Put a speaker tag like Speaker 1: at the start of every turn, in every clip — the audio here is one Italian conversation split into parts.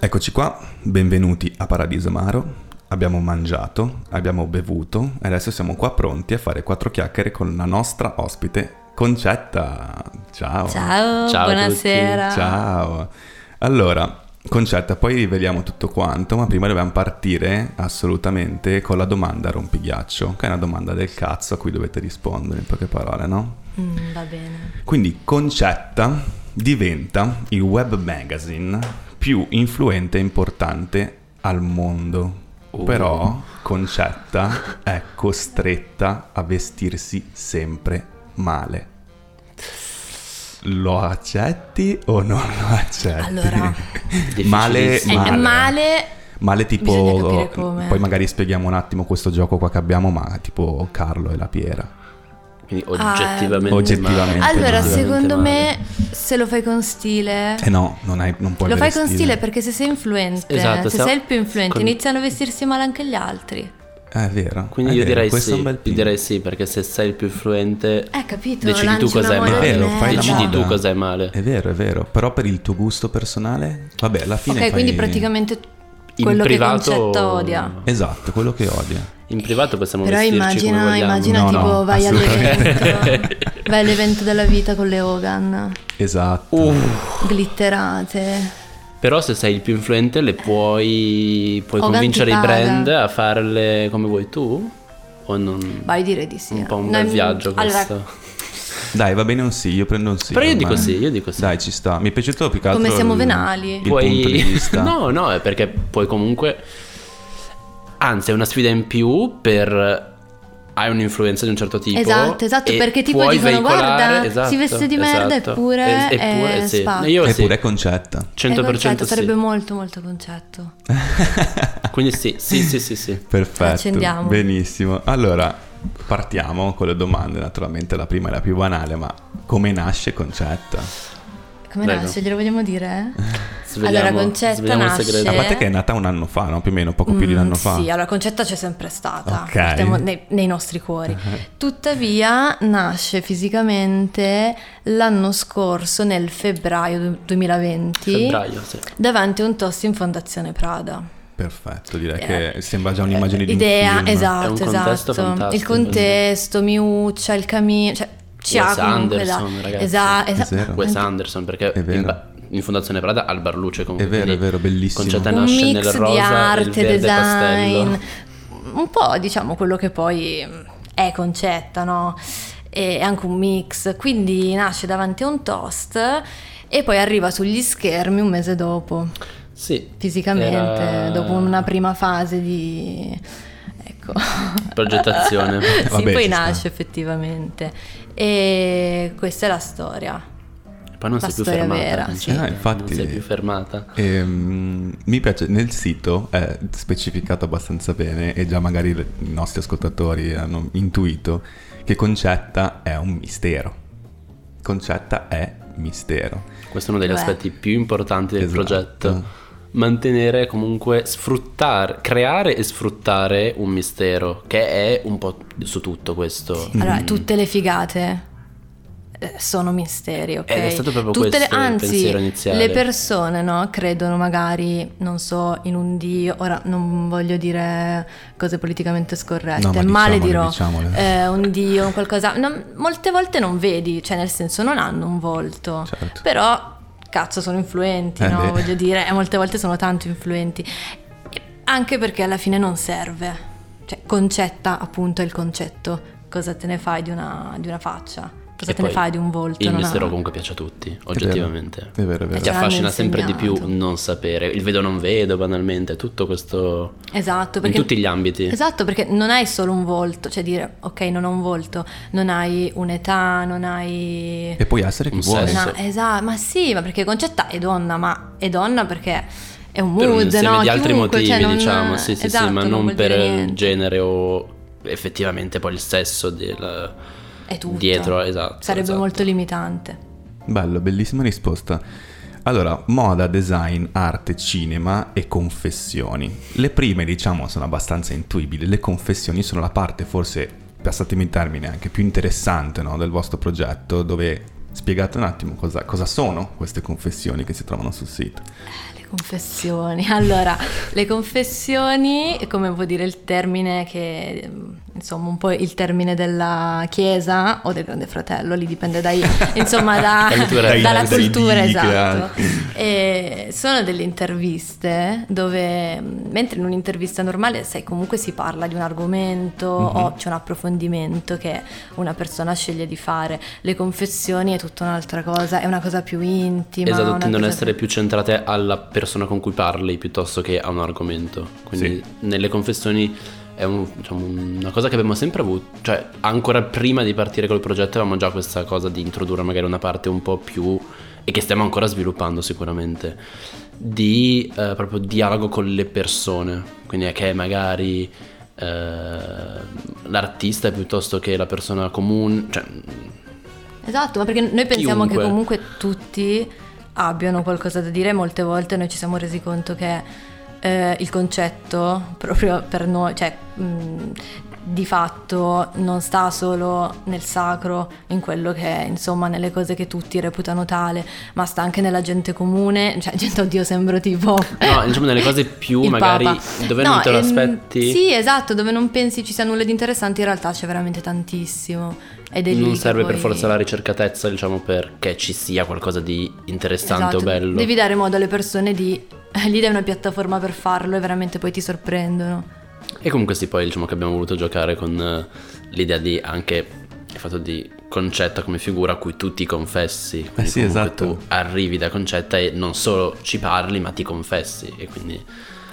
Speaker 1: Eccoci qua, benvenuti a Paradiso Amaro. Abbiamo mangiato, abbiamo bevuto e adesso siamo qua pronti a fare quattro chiacchiere con la nostra ospite Concetta. Ciao.
Speaker 2: Ciao,
Speaker 3: Ciao a
Speaker 2: buonasera.
Speaker 1: Ciao. Allora, Concetta, poi riveliamo tutto quanto, ma prima dobbiamo partire assolutamente con la domanda rompighiaccio, che è una domanda del cazzo a cui dovete rispondere in poche parole, no?
Speaker 2: Mm, va bene.
Speaker 1: Quindi Concetta diventa il web magazine più influente e importante al mondo.
Speaker 3: Oh.
Speaker 1: Però Concetta è costretta a vestirsi sempre male. Lo accetti o non lo accetti?
Speaker 2: Allora,
Speaker 1: male,
Speaker 3: Difficilissimo.
Speaker 1: male.
Speaker 2: male, eh, male
Speaker 1: Male
Speaker 2: Bisogna
Speaker 1: tipo...
Speaker 2: capire come.
Speaker 1: Poi magari spieghiamo un attimo questo gioco qua che abbiamo, ma tipo Carlo e la Piera.
Speaker 3: Quindi oggettivamente.
Speaker 1: Ah, oggettivamente
Speaker 3: male.
Speaker 2: allora,
Speaker 1: male.
Speaker 2: secondo
Speaker 3: Male.
Speaker 2: me, se lo fai con stile,
Speaker 1: Eh no, non, hai, non puoi
Speaker 2: lo fai
Speaker 1: avere
Speaker 2: con stile perché se sei influente,
Speaker 3: Esatto,
Speaker 2: se
Speaker 3: siamo-
Speaker 2: sei il più influente,
Speaker 3: con-
Speaker 2: iniziano a vestirsi male anche gli altri.
Speaker 1: Ah, È vero.
Speaker 3: Quindi
Speaker 1: è
Speaker 3: io
Speaker 1: vero,
Speaker 3: direi
Speaker 1: Eh, questo
Speaker 3: sì.
Speaker 1: è un bel
Speaker 3: io direi sì, perché se sei il più fluente.
Speaker 2: Eh, capito?
Speaker 3: Decidi tu
Speaker 2: lanci una
Speaker 3: cos'è
Speaker 2: moda
Speaker 1: È
Speaker 3: male.
Speaker 2: di
Speaker 1: vero, fai la
Speaker 2: merda.
Speaker 3: Decidi tu
Speaker 1: moda. Eh.
Speaker 3: cos'è male.
Speaker 1: È vero, è vero, però per il tuo gusto personale, vabbè, alla fine
Speaker 2: Ok,
Speaker 1: fai-
Speaker 2: quindi praticamente
Speaker 3: In
Speaker 2: quello
Speaker 3: privato.
Speaker 2: che Concetta odia.
Speaker 1: Esatto, quello che odia.
Speaker 3: In privato possiamo
Speaker 2: Però
Speaker 3: vestirci come
Speaker 2: immagina, immagina
Speaker 3: vogliamo.
Speaker 1: No,
Speaker 2: tipo
Speaker 1: no,
Speaker 2: vai
Speaker 1: assolutamente.
Speaker 2: all'evento, vai all'evento della vita con le Hogan,
Speaker 1: Esatto.
Speaker 3: Uh.
Speaker 2: glitterate.
Speaker 3: Però se sei il più influente le puoi, puoi
Speaker 2: Hogan ti
Speaker 3: convincere i
Speaker 2: paga.
Speaker 3: brand a farle come vuoi tu? O non?
Speaker 2: Vai, direi di sì.
Speaker 3: un po' un
Speaker 2: No,
Speaker 3: bel
Speaker 2: mi-
Speaker 3: viaggio
Speaker 2: allora, eh,
Speaker 3: questo.
Speaker 1: Dai, va bene un sì, io prendo un sì.
Speaker 3: Però io
Speaker 1: ormai.
Speaker 3: dico sì, io dico sì.
Speaker 1: Dai, ci sta. Mi è piaciuto più che altro
Speaker 2: Come siamo
Speaker 1: il-
Speaker 2: venali.
Speaker 1: Il
Speaker 3: Puoi-
Speaker 1: punto di vista.
Speaker 3: no, no, è perché puoi comunque. Anzi, è una sfida in più per. Hai un'influenza di un certo tipo.
Speaker 2: Esatto, esatto,
Speaker 3: e
Speaker 2: perché tipo
Speaker 3: puoi
Speaker 2: dicono,
Speaker 3: veicolare-
Speaker 2: "Guarda, si veste di merda, eppure
Speaker 3: E- eppure
Speaker 2: è
Speaker 3: sì.
Speaker 2: spacca."
Speaker 3: Io sì,
Speaker 1: Eppure è concetta.
Speaker 2: è concetto,
Speaker 3: 100% sì.
Speaker 2: certo, sarebbe molto molto concetto.
Speaker 3: Quindi sì, sì, sì, sì, sì.
Speaker 1: Perfetto.
Speaker 2: Accendiamo.
Speaker 1: Benissimo. Allora, partiamo con le domande, naturalmente la prima è la più banale, ma come nasce concetta?
Speaker 2: Come
Speaker 3: Prego.
Speaker 2: nasce? Glielo vogliamo dire?
Speaker 3: Sveliamo-
Speaker 2: allora, Concetta
Speaker 3: sveliamo il
Speaker 2: nasce-
Speaker 3: segreto.
Speaker 1: A parte che è nata un anno fa, no? Più o meno, poco più di un anno fa.
Speaker 2: Mm, Sì, allora concetta c'è sempre stata,
Speaker 1: Ok. Eh.
Speaker 2: partiamo nei, nei nostri cuori. Tuttavia nasce fisicamente l'anno scorso, nel febbraio du- 2020,
Speaker 3: Febbraio, sì.
Speaker 2: davanti a un toast in Fondazione Prada.
Speaker 1: Perfetto, direi
Speaker 2: Eh,
Speaker 1: che sembra già un'immagine di un
Speaker 2: Idea,
Speaker 1: film.
Speaker 2: esatto,
Speaker 3: È un contesto
Speaker 2: esatto.
Speaker 3: fantastico.
Speaker 2: Il contesto, Miuccia, il camino, cioè ci
Speaker 3: Wes
Speaker 2: ha comunque
Speaker 3: Anderson,
Speaker 2: da...
Speaker 3: ragazzi.
Speaker 2: Esatto,
Speaker 1: È vero.
Speaker 3: Wes Anderson, perché
Speaker 1: È vero.
Speaker 3: in, ba- in Fondazione Prada al Barluce comunque.
Speaker 1: È vero,
Speaker 3: quindi
Speaker 1: è vero, bellissimo.
Speaker 3: Concetta
Speaker 2: un
Speaker 3: nasce nel
Speaker 2: mix
Speaker 3: rosa
Speaker 2: di
Speaker 3: e il
Speaker 2: arte,
Speaker 3: verde
Speaker 2: design,
Speaker 3: pastello.
Speaker 2: un po' diciamo quello che poi è concetta, no? E- È anche un mix, quindi nasce davanti a un toast e poi arriva sugli schermi un mese dopo,
Speaker 3: Sì.
Speaker 2: fisicamente,
Speaker 3: Era-
Speaker 2: dopo una prima fase di... Ecco.
Speaker 3: Progettazione.
Speaker 2: sì,
Speaker 1: Vabbè,
Speaker 2: poi
Speaker 1: ci sta.
Speaker 2: nasce effettivamente. E questa è la storia.
Speaker 3: Poi non
Speaker 2: La
Speaker 3: sei più
Speaker 2: storia
Speaker 3: fermata.
Speaker 2: vera,
Speaker 3: Concetta,
Speaker 2: sì.
Speaker 1: Ah, infatti.
Speaker 3: Non sei più fermata.
Speaker 1: Ehm, mi piace, nel sito è specificato abbastanza bene e già magari le- i nostri ascoltatori hanno intuito che Concetta è un mistero. Concetta è mistero.
Speaker 3: Questo è uno degli
Speaker 2: Beh.
Speaker 3: aspetti più importanti del
Speaker 1: Esatto.
Speaker 3: progetto. Mantenere comunque, sfruttare, creare e sfruttare un mistero, che è un po' su tutto questo.
Speaker 2: Allora, tutte le figate eh, sono misteri, ok?
Speaker 3: Ed Eh, è stato proprio questo il
Speaker 2: anzi,
Speaker 3: pensiero iniziale.
Speaker 2: Le persone, no, credono magari, non so, in un dio, ora non voglio dire cose politicamente scorrette,
Speaker 1: No, ma
Speaker 2: Certo, male
Speaker 1: diciamole,
Speaker 2: dirò,
Speaker 1: diciamole.
Speaker 2: eh, un dio, un qualcosa, no, molte volte non vedi, cioè nel senso non hanno un
Speaker 3: Cioè,
Speaker 2: volto,
Speaker 3: Esatto.
Speaker 1: Certo.
Speaker 2: però cazzo sono influenti,
Speaker 1: Eh
Speaker 2: no?
Speaker 1: beh.
Speaker 2: Voglio dire, eh, molte volte sono tanto influenti, E anche perché alla fine non serve, cioè concetta appunto è il concetto, cosa te ne fai di una, di una faccia, cosa
Speaker 3: E
Speaker 2: te ne
Speaker 3: poi
Speaker 2: fai di un volto.
Speaker 3: Il
Speaker 2: non ha-
Speaker 3: mistero comunque piace a tutti, oggettivamente.
Speaker 1: È vero, è vero.
Speaker 3: Ti
Speaker 2: Cioè,
Speaker 3: affascina
Speaker 2: hanno
Speaker 3: sempre di più
Speaker 2: insegnato.
Speaker 3: non sapere, il vedo non vedo banalmente, tutto questo
Speaker 2: Esatto,
Speaker 3: in
Speaker 2: perché...
Speaker 3: tutti gli ambiti.
Speaker 2: Esatto, perché non hai solo un volto, cioè dire ok non ho un volto, non hai un'età, non hai...
Speaker 1: E puoi essere chi
Speaker 3: Un
Speaker 1: vuoi.
Speaker 3: sesso.
Speaker 2: No, esatto, ma sì, ma perché Concetta è donna, ma è donna perché è un
Speaker 3: per un
Speaker 2: mood,
Speaker 3: insieme
Speaker 2: no?
Speaker 3: di altri
Speaker 2: Chiunque,
Speaker 3: motivi,
Speaker 2: cioè, non-
Speaker 3: diciamo, sì, sì,
Speaker 2: esatto,
Speaker 3: sì, ma non,
Speaker 2: vuol
Speaker 3: per
Speaker 2: dire niente.
Speaker 3: genere o effettivamente poi il sesso del-
Speaker 2: È tutto.
Speaker 3: dietro, esatto.
Speaker 2: Sarebbe
Speaker 3: esatto.
Speaker 2: molto limitante.
Speaker 1: Bello, bellissima risposta. Allora, moda, design, arte, cinema e confessioni. Le prime, diciamo, sono abbastanza intuibili. Le confessioni sono la parte, forse, passatemi il termine, anche più interessante no, del vostro progetto, dove spiegate un attimo cosa, cosa sono queste confessioni che si trovano sul sito.
Speaker 2: Le confessioni. Allora, le confessioni, come vuol dire il termine che insomma un po' il termine della chiesa o del grande fratello, lì dipende dai, insomma da,
Speaker 3: Dai cultura,
Speaker 1: dai-
Speaker 2: dalla
Speaker 1: dai
Speaker 2: cultura,
Speaker 1: dini,
Speaker 2: esatto.
Speaker 1: dai-
Speaker 2: E sono delle interviste dove mm, mentre in un'intervista normale sai comunque si parla di un argomento
Speaker 3: Mhm.
Speaker 2: o c'è un approfondimento che una persona sceglie di fare. Le confessioni è tutta un'altra cosa, è una cosa più intima.
Speaker 3: Esatto,
Speaker 2: una
Speaker 3: tendono
Speaker 2: cosa
Speaker 3: ad
Speaker 2: più-
Speaker 3: essere più centrate alla persona con cui parli piuttosto che a un argomento. Quindi nelle confessioni è un- diciamo, una cosa che abbiamo sempre avuto, cioè ancora prima di partire col progetto avevamo già questa cosa di introdurre magari una parte un po' più e che stiamo ancora sviluppando sicuramente di eh, proprio dialogo con le persone. Quindi è che magari eh, l'artista piuttosto che la persona comune, cioè
Speaker 2: Esatto, ma perché noi pensiamo
Speaker 3: Chiunque.
Speaker 2: che comunque tutti abbiano qualcosa da dire, molte volte noi ci siamo resi conto che eh, il concetto proprio per noi, cioè mh, di fatto non sta solo nel sacro, in quello che è, insomma, nelle cose che tutti reputano tale, ma sta anche nella gente comune, cioè gente oddio sembro tipo
Speaker 3: No, diciamo nelle cose più
Speaker 2: il
Speaker 3: magari
Speaker 2: Papa.
Speaker 3: dove
Speaker 2: No,
Speaker 3: non te lo
Speaker 2: ehm,
Speaker 3: aspetti.
Speaker 2: Sì, esatto, dove non pensi ci sia nulla di interessante, in realtà c'è veramente tantissimo. Ed è lì
Speaker 3: Non
Speaker 2: che
Speaker 3: serve per
Speaker 2: poi-
Speaker 3: forza la ricercatezza, diciamo, perché ci sia qualcosa di interessante
Speaker 2: Esatto,
Speaker 3: o bello.
Speaker 2: Devi dare modo alle persone di... eh, Lì dai una piattaforma per farlo e veramente poi ti sorprendono.
Speaker 3: E comunque sì, poi diciamo che abbiamo voluto giocare con eh, l'idea di anche il fatto di concetta come figura a cui tu ti confessi. Quindi
Speaker 1: sì,
Speaker 3: comunque
Speaker 1: esatto.
Speaker 3: Tu arrivi da concetta e non solo ci parli, ma ti confessi. E quindi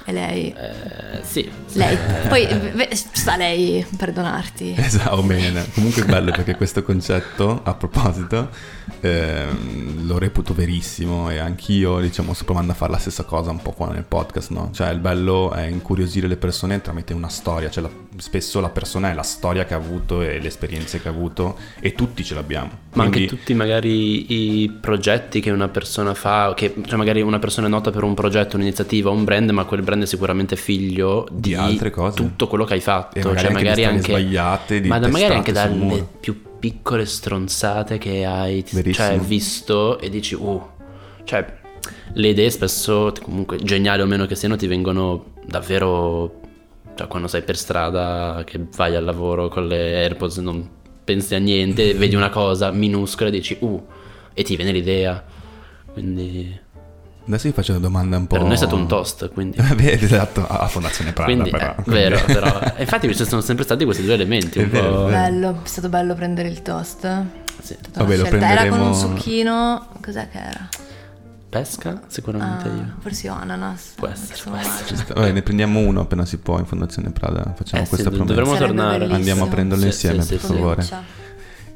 Speaker 2: E lei...
Speaker 3: eh, sì.
Speaker 2: lei.
Speaker 3: Eh,
Speaker 2: Poi ve- sta lei perdonarti.
Speaker 1: Esatto, bene. Comunque è bello perché questo concetto, a proposito, ehm, lo reputo verissimo e anch'io, diciamo, sto provando a fare la stessa cosa un po' qua nel podcast, no? Cioè, il bello è incuriosire le persone tramite una storia, cioè la- spesso la persona è la storia che ha avuto e le esperienze che ha avuto e tutti ce l'abbiamo.
Speaker 3: Ma anche
Speaker 1: Quindi-
Speaker 3: tutti magari i progetti che una persona fa, che cioè magari una persona è nota per un progetto, un'iniziativa, un brand, ma quel brand è sicuramente figlio di,
Speaker 1: Di altre cose.
Speaker 3: tutto quello che hai fatto.
Speaker 1: E magari
Speaker 3: cioè,
Speaker 1: anche di
Speaker 3: magari
Speaker 1: storie
Speaker 3: anche
Speaker 1: sbagliate, di
Speaker 3: ma da- magari anche
Speaker 1: testate sul
Speaker 3: dalle
Speaker 1: muro.
Speaker 3: più piccole stronzate che hai ti-
Speaker 1: Verissimo.
Speaker 3: cioè, visto e dici, uh, cioè le idee spesso, comunque geniali o meno che siano, ti vengono davvero... Cioè, quando sei per strada, che vai al lavoro con le AirPods, non pensi a niente, vedi una cosa minuscola e dici, uh, e ti viene l'idea. Quindi,
Speaker 1: Adesso vi faccio una domanda un po'...
Speaker 3: per noi è stato un toast, quindi...
Speaker 1: Beh, esatto, a Fondazione Prada,
Speaker 3: Quindi,
Speaker 1: però.
Speaker 3: eh, vero, però. e Infatti, ci sono sempre stati questi due elementi.
Speaker 1: È
Speaker 3: Un
Speaker 1: vero,
Speaker 3: po'...
Speaker 1: è vero.
Speaker 2: Bello, è stato bello prendere il toast. È
Speaker 3: Sì.
Speaker 2: stata una
Speaker 1: Vabbè, lo
Speaker 2: scelta. Era con un
Speaker 1: prenderemo-
Speaker 2: succhino... Cos'è che era?
Speaker 3: Pesca, sicuramente
Speaker 2: Ah,
Speaker 3: io.
Speaker 2: forse io ananas.
Speaker 3: Può essere,
Speaker 2: Insomma,
Speaker 3: può essere.
Speaker 1: Ci sta- vabbè, ne prendiamo uno appena si può in Fondazione Prada, facciamo
Speaker 3: Eh sì,
Speaker 1: questa
Speaker 3: do-
Speaker 1: promessa.
Speaker 3: dovremmo
Speaker 2: Sarebbe
Speaker 3: tornare.
Speaker 2: bellissimo.
Speaker 1: Andiamo a prenderlo
Speaker 3: Sì,
Speaker 1: insieme,
Speaker 3: sì, sì,
Speaker 1: per
Speaker 3: sì.
Speaker 1: favore.
Speaker 2: Comincia.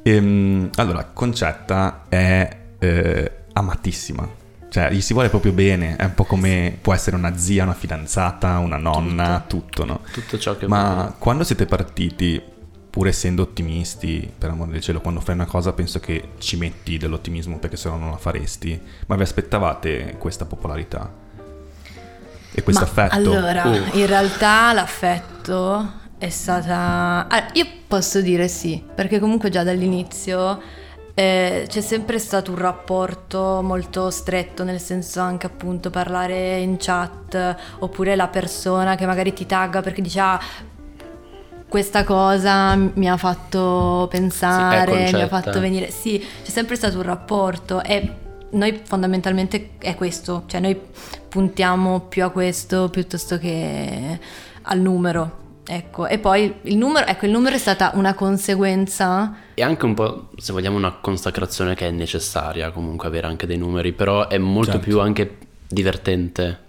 Speaker 1: Ehm, allora, Concetta è eh, amatissima. Cioè, gli si vuole proprio bene, è un po' come può essere una zia, una fidanzata, una nonna, tutto, no?
Speaker 3: Tutto ciò che vuoi.
Speaker 1: Ma quando siete partiti, pur essendo ottimisti, per amore del cielo, quando fai una cosa penso che ci metti dell'ottimismo perché sennò non la faresti, ma vi aspettavate questa popolarità? E questo
Speaker 2: Ma
Speaker 1: affetto?
Speaker 2: Allora,
Speaker 3: Uh.
Speaker 2: in realtà l'affetto è stata... ah, io posso dire sì, perché comunque già dall'inizio eh, c'è sempre stato un rapporto molto stretto, nel senso anche appunto parlare in chat, oppure la persona che magari ti tagga perché dice... "Ah, questa cosa mi ha fatto pensare, mi ha
Speaker 3: concetta.
Speaker 2: fatto venire. Sì, c'è sempre stato un rapporto e noi fondamentalmente è questo, cioè noi puntiamo più a questo piuttosto che al numero. Ecco, e poi il numero, ecco, il numero è stata una conseguenza.
Speaker 3: E anche un po', se vogliamo, una consacrazione che è necessaria comunque avere anche dei numeri, però è molto
Speaker 1: Certo.
Speaker 3: più anche divertente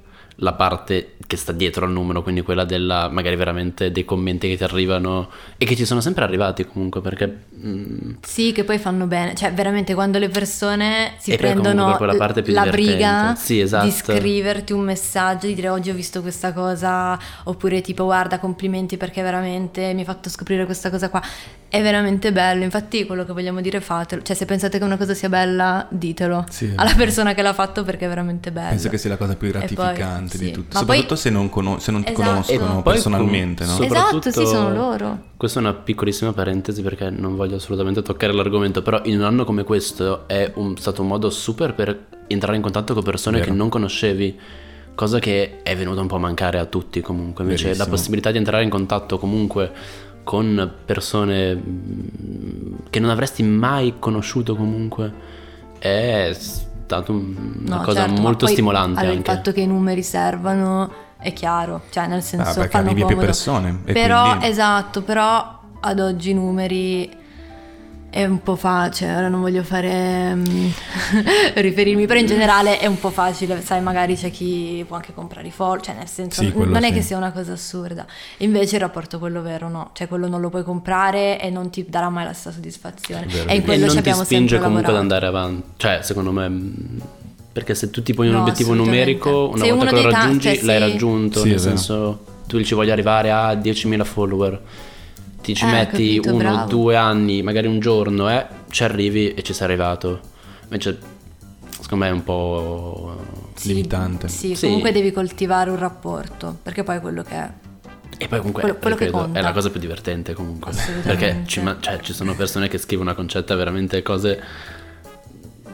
Speaker 3: la parte che sta dietro al numero, quindi quella della magari veramente dei commenti che ti arrivano e che ci sono sempre arrivati comunque perché mm,
Speaker 2: Sì, che poi fanno bene, cioè veramente quando le persone si
Speaker 3: E poi comunque
Speaker 2: prendono eh,
Speaker 3: per quella parte più
Speaker 2: la
Speaker 3: divertente.
Speaker 2: briga
Speaker 3: Sì, esatto.
Speaker 2: di scriverti un messaggio, di dire oggi ho visto questa cosa, oppure tipo guarda complimenti perché veramente mi hai fatto scoprire questa cosa qua, è veramente bello, infatti quello che vogliamo dire fatelo, cioè se pensate che una cosa sia bella ditelo
Speaker 1: Sì.
Speaker 2: alla persona che l'ha fatto perché è veramente bello.
Speaker 1: Penso che sia la cosa più
Speaker 2: poi,
Speaker 1: gratificante
Speaker 2: sì.
Speaker 1: di tutto,
Speaker 2: Ma poi-
Speaker 1: soprattutto se non, cono- se non ti
Speaker 2: Esatto.
Speaker 1: conoscono
Speaker 3: E poi
Speaker 1: personalmente, no?
Speaker 3: so-
Speaker 2: Esatto, sì,
Speaker 3: soprattutto-
Speaker 2: sono loro.
Speaker 3: Questa è una piccolissima parentesi perché non voglio voglio assolutamente toccare l'argomento, però in un anno come questo è un- stato un modo super per entrare in contatto con persone
Speaker 1: Vero.
Speaker 3: che non conoscevi, cosa che è venuta un po' a mancare a tutti comunque, invece la
Speaker 1: Verissimo.
Speaker 3: possibilità di entrare in contatto comunque con persone mm, che non avresti mai conosciuto comunque è stata un- una
Speaker 2: No,
Speaker 3: cosa
Speaker 2: certo, ma
Speaker 3: molto
Speaker 2: poi,
Speaker 3: stimolante
Speaker 2: allora,
Speaker 3: anche.
Speaker 2: Il fatto che i numeri servano è chiaro, cioè nel
Speaker 1: Ah,
Speaker 2: senso
Speaker 1: perché
Speaker 2: fanno
Speaker 1: arrivi a più
Speaker 2: comodo.
Speaker 1: persone. e
Speaker 2: però
Speaker 1: quindi-
Speaker 2: esatto, però ad oggi i numeri è un po' facile, ora non voglio fare mm, riferirmi, però in generale è un po' facile, sai, magari c'è chi può anche comprare i follow, cioè nel senso
Speaker 1: Sì, quello
Speaker 2: non è
Speaker 1: sì.
Speaker 2: che sia una cosa assurda. Invece il rapporto quello vero no, cioè quello non lo puoi comprare e non ti darà mai la stessa soddisfazione.
Speaker 1: È vero, è
Speaker 2: e
Speaker 1: vero.
Speaker 2: in
Speaker 3: e
Speaker 2: quello ci
Speaker 3: non ti
Speaker 2: abbiamo
Speaker 3: spinge
Speaker 2: sempre
Speaker 3: comunque
Speaker 2: lavorato.
Speaker 3: ad andare avanti. Cioè, secondo me. mh, Perché se tu ti poni un
Speaker 2: No,
Speaker 3: obiettivo
Speaker 2: assolutamente.
Speaker 3: numerico, una
Speaker 2: Se
Speaker 3: volta
Speaker 2: uno
Speaker 3: che lo
Speaker 2: dei tanti,
Speaker 3: raggiungi,
Speaker 2: sì.
Speaker 3: l'hai raggiunto.
Speaker 1: Sì, è
Speaker 3: nel
Speaker 1: vero.
Speaker 3: senso, tu ci voglio arrivare a 10.000 follower. Ti ci
Speaker 2: Eh,
Speaker 3: metti
Speaker 2: capito,
Speaker 3: uno,
Speaker 2: bravo.
Speaker 3: due anni, magari un giorno, eh, ci arrivi e ci sei arrivato. Invece, secondo me è un po'.
Speaker 2: Sì,
Speaker 1: Limitante.
Speaker 2: Sì,
Speaker 3: Sì.
Speaker 2: comunque devi coltivare un rapporto, perché poi è quello che è.
Speaker 3: E poi comunque
Speaker 2: Quello- quello che
Speaker 3: ripeto,
Speaker 2: conta.
Speaker 3: è la cosa più divertente comunque.
Speaker 2: Assolutamente.
Speaker 3: Perché ci, ma- cioè, ci sono persone che scrivono a Concetta veramente cose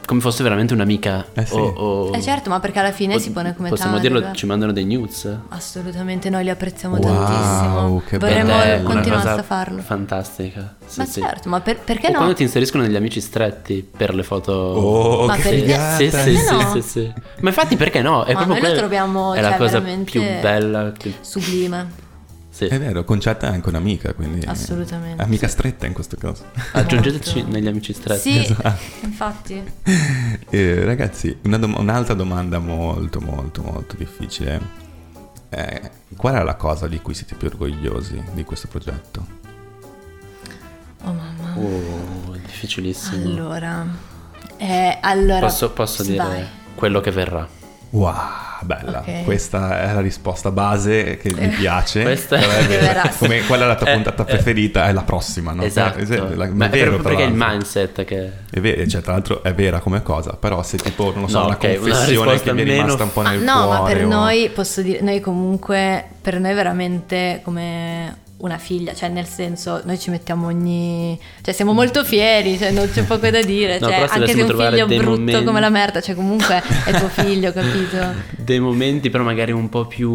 Speaker 3: come fosse veramente un'amica.
Speaker 1: Eh sì.
Speaker 3: o, o-
Speaker 2: Eh certo, ma perché alla fine
Speaker 3: o-
Speaker 2: si pone come
Speaker 3: Oh. Possiamo
Speaker 2: tale,
Speaker 3: dirlo,
Speaker 2: beh.
Speaker 3: ci mandano dei news.
Speaker 2: Assolutamente noi li apprezziamo
Speaker 1: Wow,
Speaker 2: tantissimo.
Speaker 1: che bello.
Speaker 2: Vorremmo
Speaker 3: Ed è
Speaker 1: Vorremmo
Speaker 3: una
Speaker 2: continuare
Speaker 3: cosa
Speaker 2: a farlo.
Speaker 3: Fantastica. Sì,
Speaker 2: ma
Speaker 3: sì.
Speaker 2: certo, ma per- perché
Speaker 3: o
Speaker 2: no?
Speaker 3: quando ti inseriscono negli amici stretti per le foto.
Speaker 1: Oh,
Speaker 2: Ma
Speaker 1: che
Speaker 2: per-
Speaker 1: figata.
Speaker 3: Sì, sì, sì,
Speaker 2: no?
Speaker 3: sì, sì. Ma infatti perché no? È
Speaker 2: Ma
Speaker 3: proprio
Speaker 2: noi lo
Speaker 3: quella-
Speaker 2: troviamo,
Speaker 3: è la
Speaker 2: cioè,
Speaker 3: cosa
Speaker 2: veramente-
Speaker 3: più bella. che-
Speaker 2: Sublime.
Speaker 3: Sì.
Speaker 1: È vero, Concetta è anche un'amica, quindi...
Speaker 2: Assolutamente.
Speaker 1: Amica stretta in questo caso.
Speaker 3: Aggiungeteci
Speaker 2: Molto.
Speaker 3: negli amici stretti.
Speaker 2: Esatto.
Speaker 3: Esatto.
Speaker 2: Sì, infatti.
Speaker 1: Eh, ragazzi, una dom- un'altra domanda molto, molto, molto difficile. Eh, qual è la cosa di cui siete più orgogliosi di questo progetto?
Speaker 2: Oh mamma.
Speaker 3: Oh, è difficilissimo.
Speaker 2: Allora. Eh, allora.
Speaker 3: posso posso dire
Speaker 2: Vai.
Speaker 3: quello che verrà.
Speaker 1: Wow, bella.
Speaker 2: Ok. Eh.
Speaker 1: Questa è la risposta base che mi piace.
Speaker 3: Questa è-
Speaker 1: Però
Speaker 2: Che
Speaker 1: vera.
Speaker 2: verrà.
Speaker 1: Come quella è la tua
Speaker 3: Eh,
Speaker 1: puntata
Speaker 3: eh.
Speaker 1: preferita, è la prossima, no?
Speaker 3: esatto.
Speaker 1: Eh, esatto, la-
Speaker 3: Ma è
Speaker 1: vero, eh.
Speaker 3: proprio
Speaker 1: tra
Speaker 3: perché è il
Speaker 1: l'altro.
Speaker 3: mindset che...
Speaker 1: È vero, cioè, tra l'altro è vera come cosa, però se tipo, non lo so,
Speaker 3: No,
Speaker 1: una
Speaker 3: ok, una
Speaker 1: confessione che
Speaker 3: risposta
Speaker 1: mi è
Speaker 3: meno-
Speaker 1: rimasta un po'
Speaker 2: Ah,
Speaker 1: nel
Speaker 2: no,
Speaker 1: cuore. oh.
Speaker 2: ma per
Speaker 1: o-
Speaker 2: noi posso dire, noi comunque, per noi è veramente come una figlia, cioè nel senso noi ci mettiamo ogni... cioè siamo molto fieri, cioè non c'è poco da dire,
Speaker 3: No,
Speaker 2: cioè,
Speaker 3: però se
Speaker 2: anche se
Speaker 3: dovessimo
Speaker 2: un
Speaker 3: trovare
Speaker 2: figlio
Speaker 3: dei
Speaker 2: brutto
Speaker 3: momenti-
Speaker 2: come la merda, cioè comunque è tuo figlio, capito?
Speaker 3: Dei momenti però magari un po' più...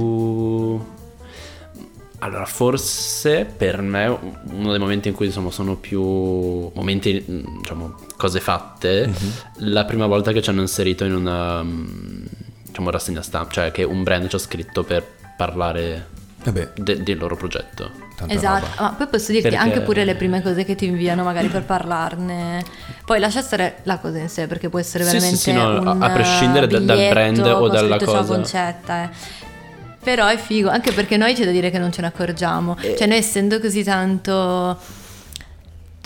Speaker 3: Allora, forse per me uno dei momenti in cui insomma sono più momenti, mm, diciamo, cose fatte, la prima volta che ci hanno inserito in una, mm, diciamo, rassegna stampa, cioè che un brand ci ha scritto per parlare
Speaker 1: Vabbè,
Speaker 3: de- del loro progetto.
Speaker 1: tanta
Speaker 2: Esatto,
Speaker 1: roba.
Speaker 2: ma poi posso dirti
Speaker 3: Perché-
Speaker 2: anche pure le prime cose che ti inviano magari per parlarne. Poi lascia stare la cosa in sé perché può essere
Speaker 3: Sì,
Speaker 2: veramente
Speaker 3: sì, sì, no, a-
Speaker 2: un, eh,
Speaker 3: a prescindere da- dal
Speaker 2: biglietto
Speaker 3: brand o
Speaker 2: con
Speaker 3: dalla
Speaker 2: scritto ciao
Speaker 3: cosa.
Speaker 2: concetta, eh. Però è figo, anche perché noi c'è da dire che non ce ne accorgiamo.
Speaker 3: Eh.
Speaker 2: Cioè noi essendo così tanto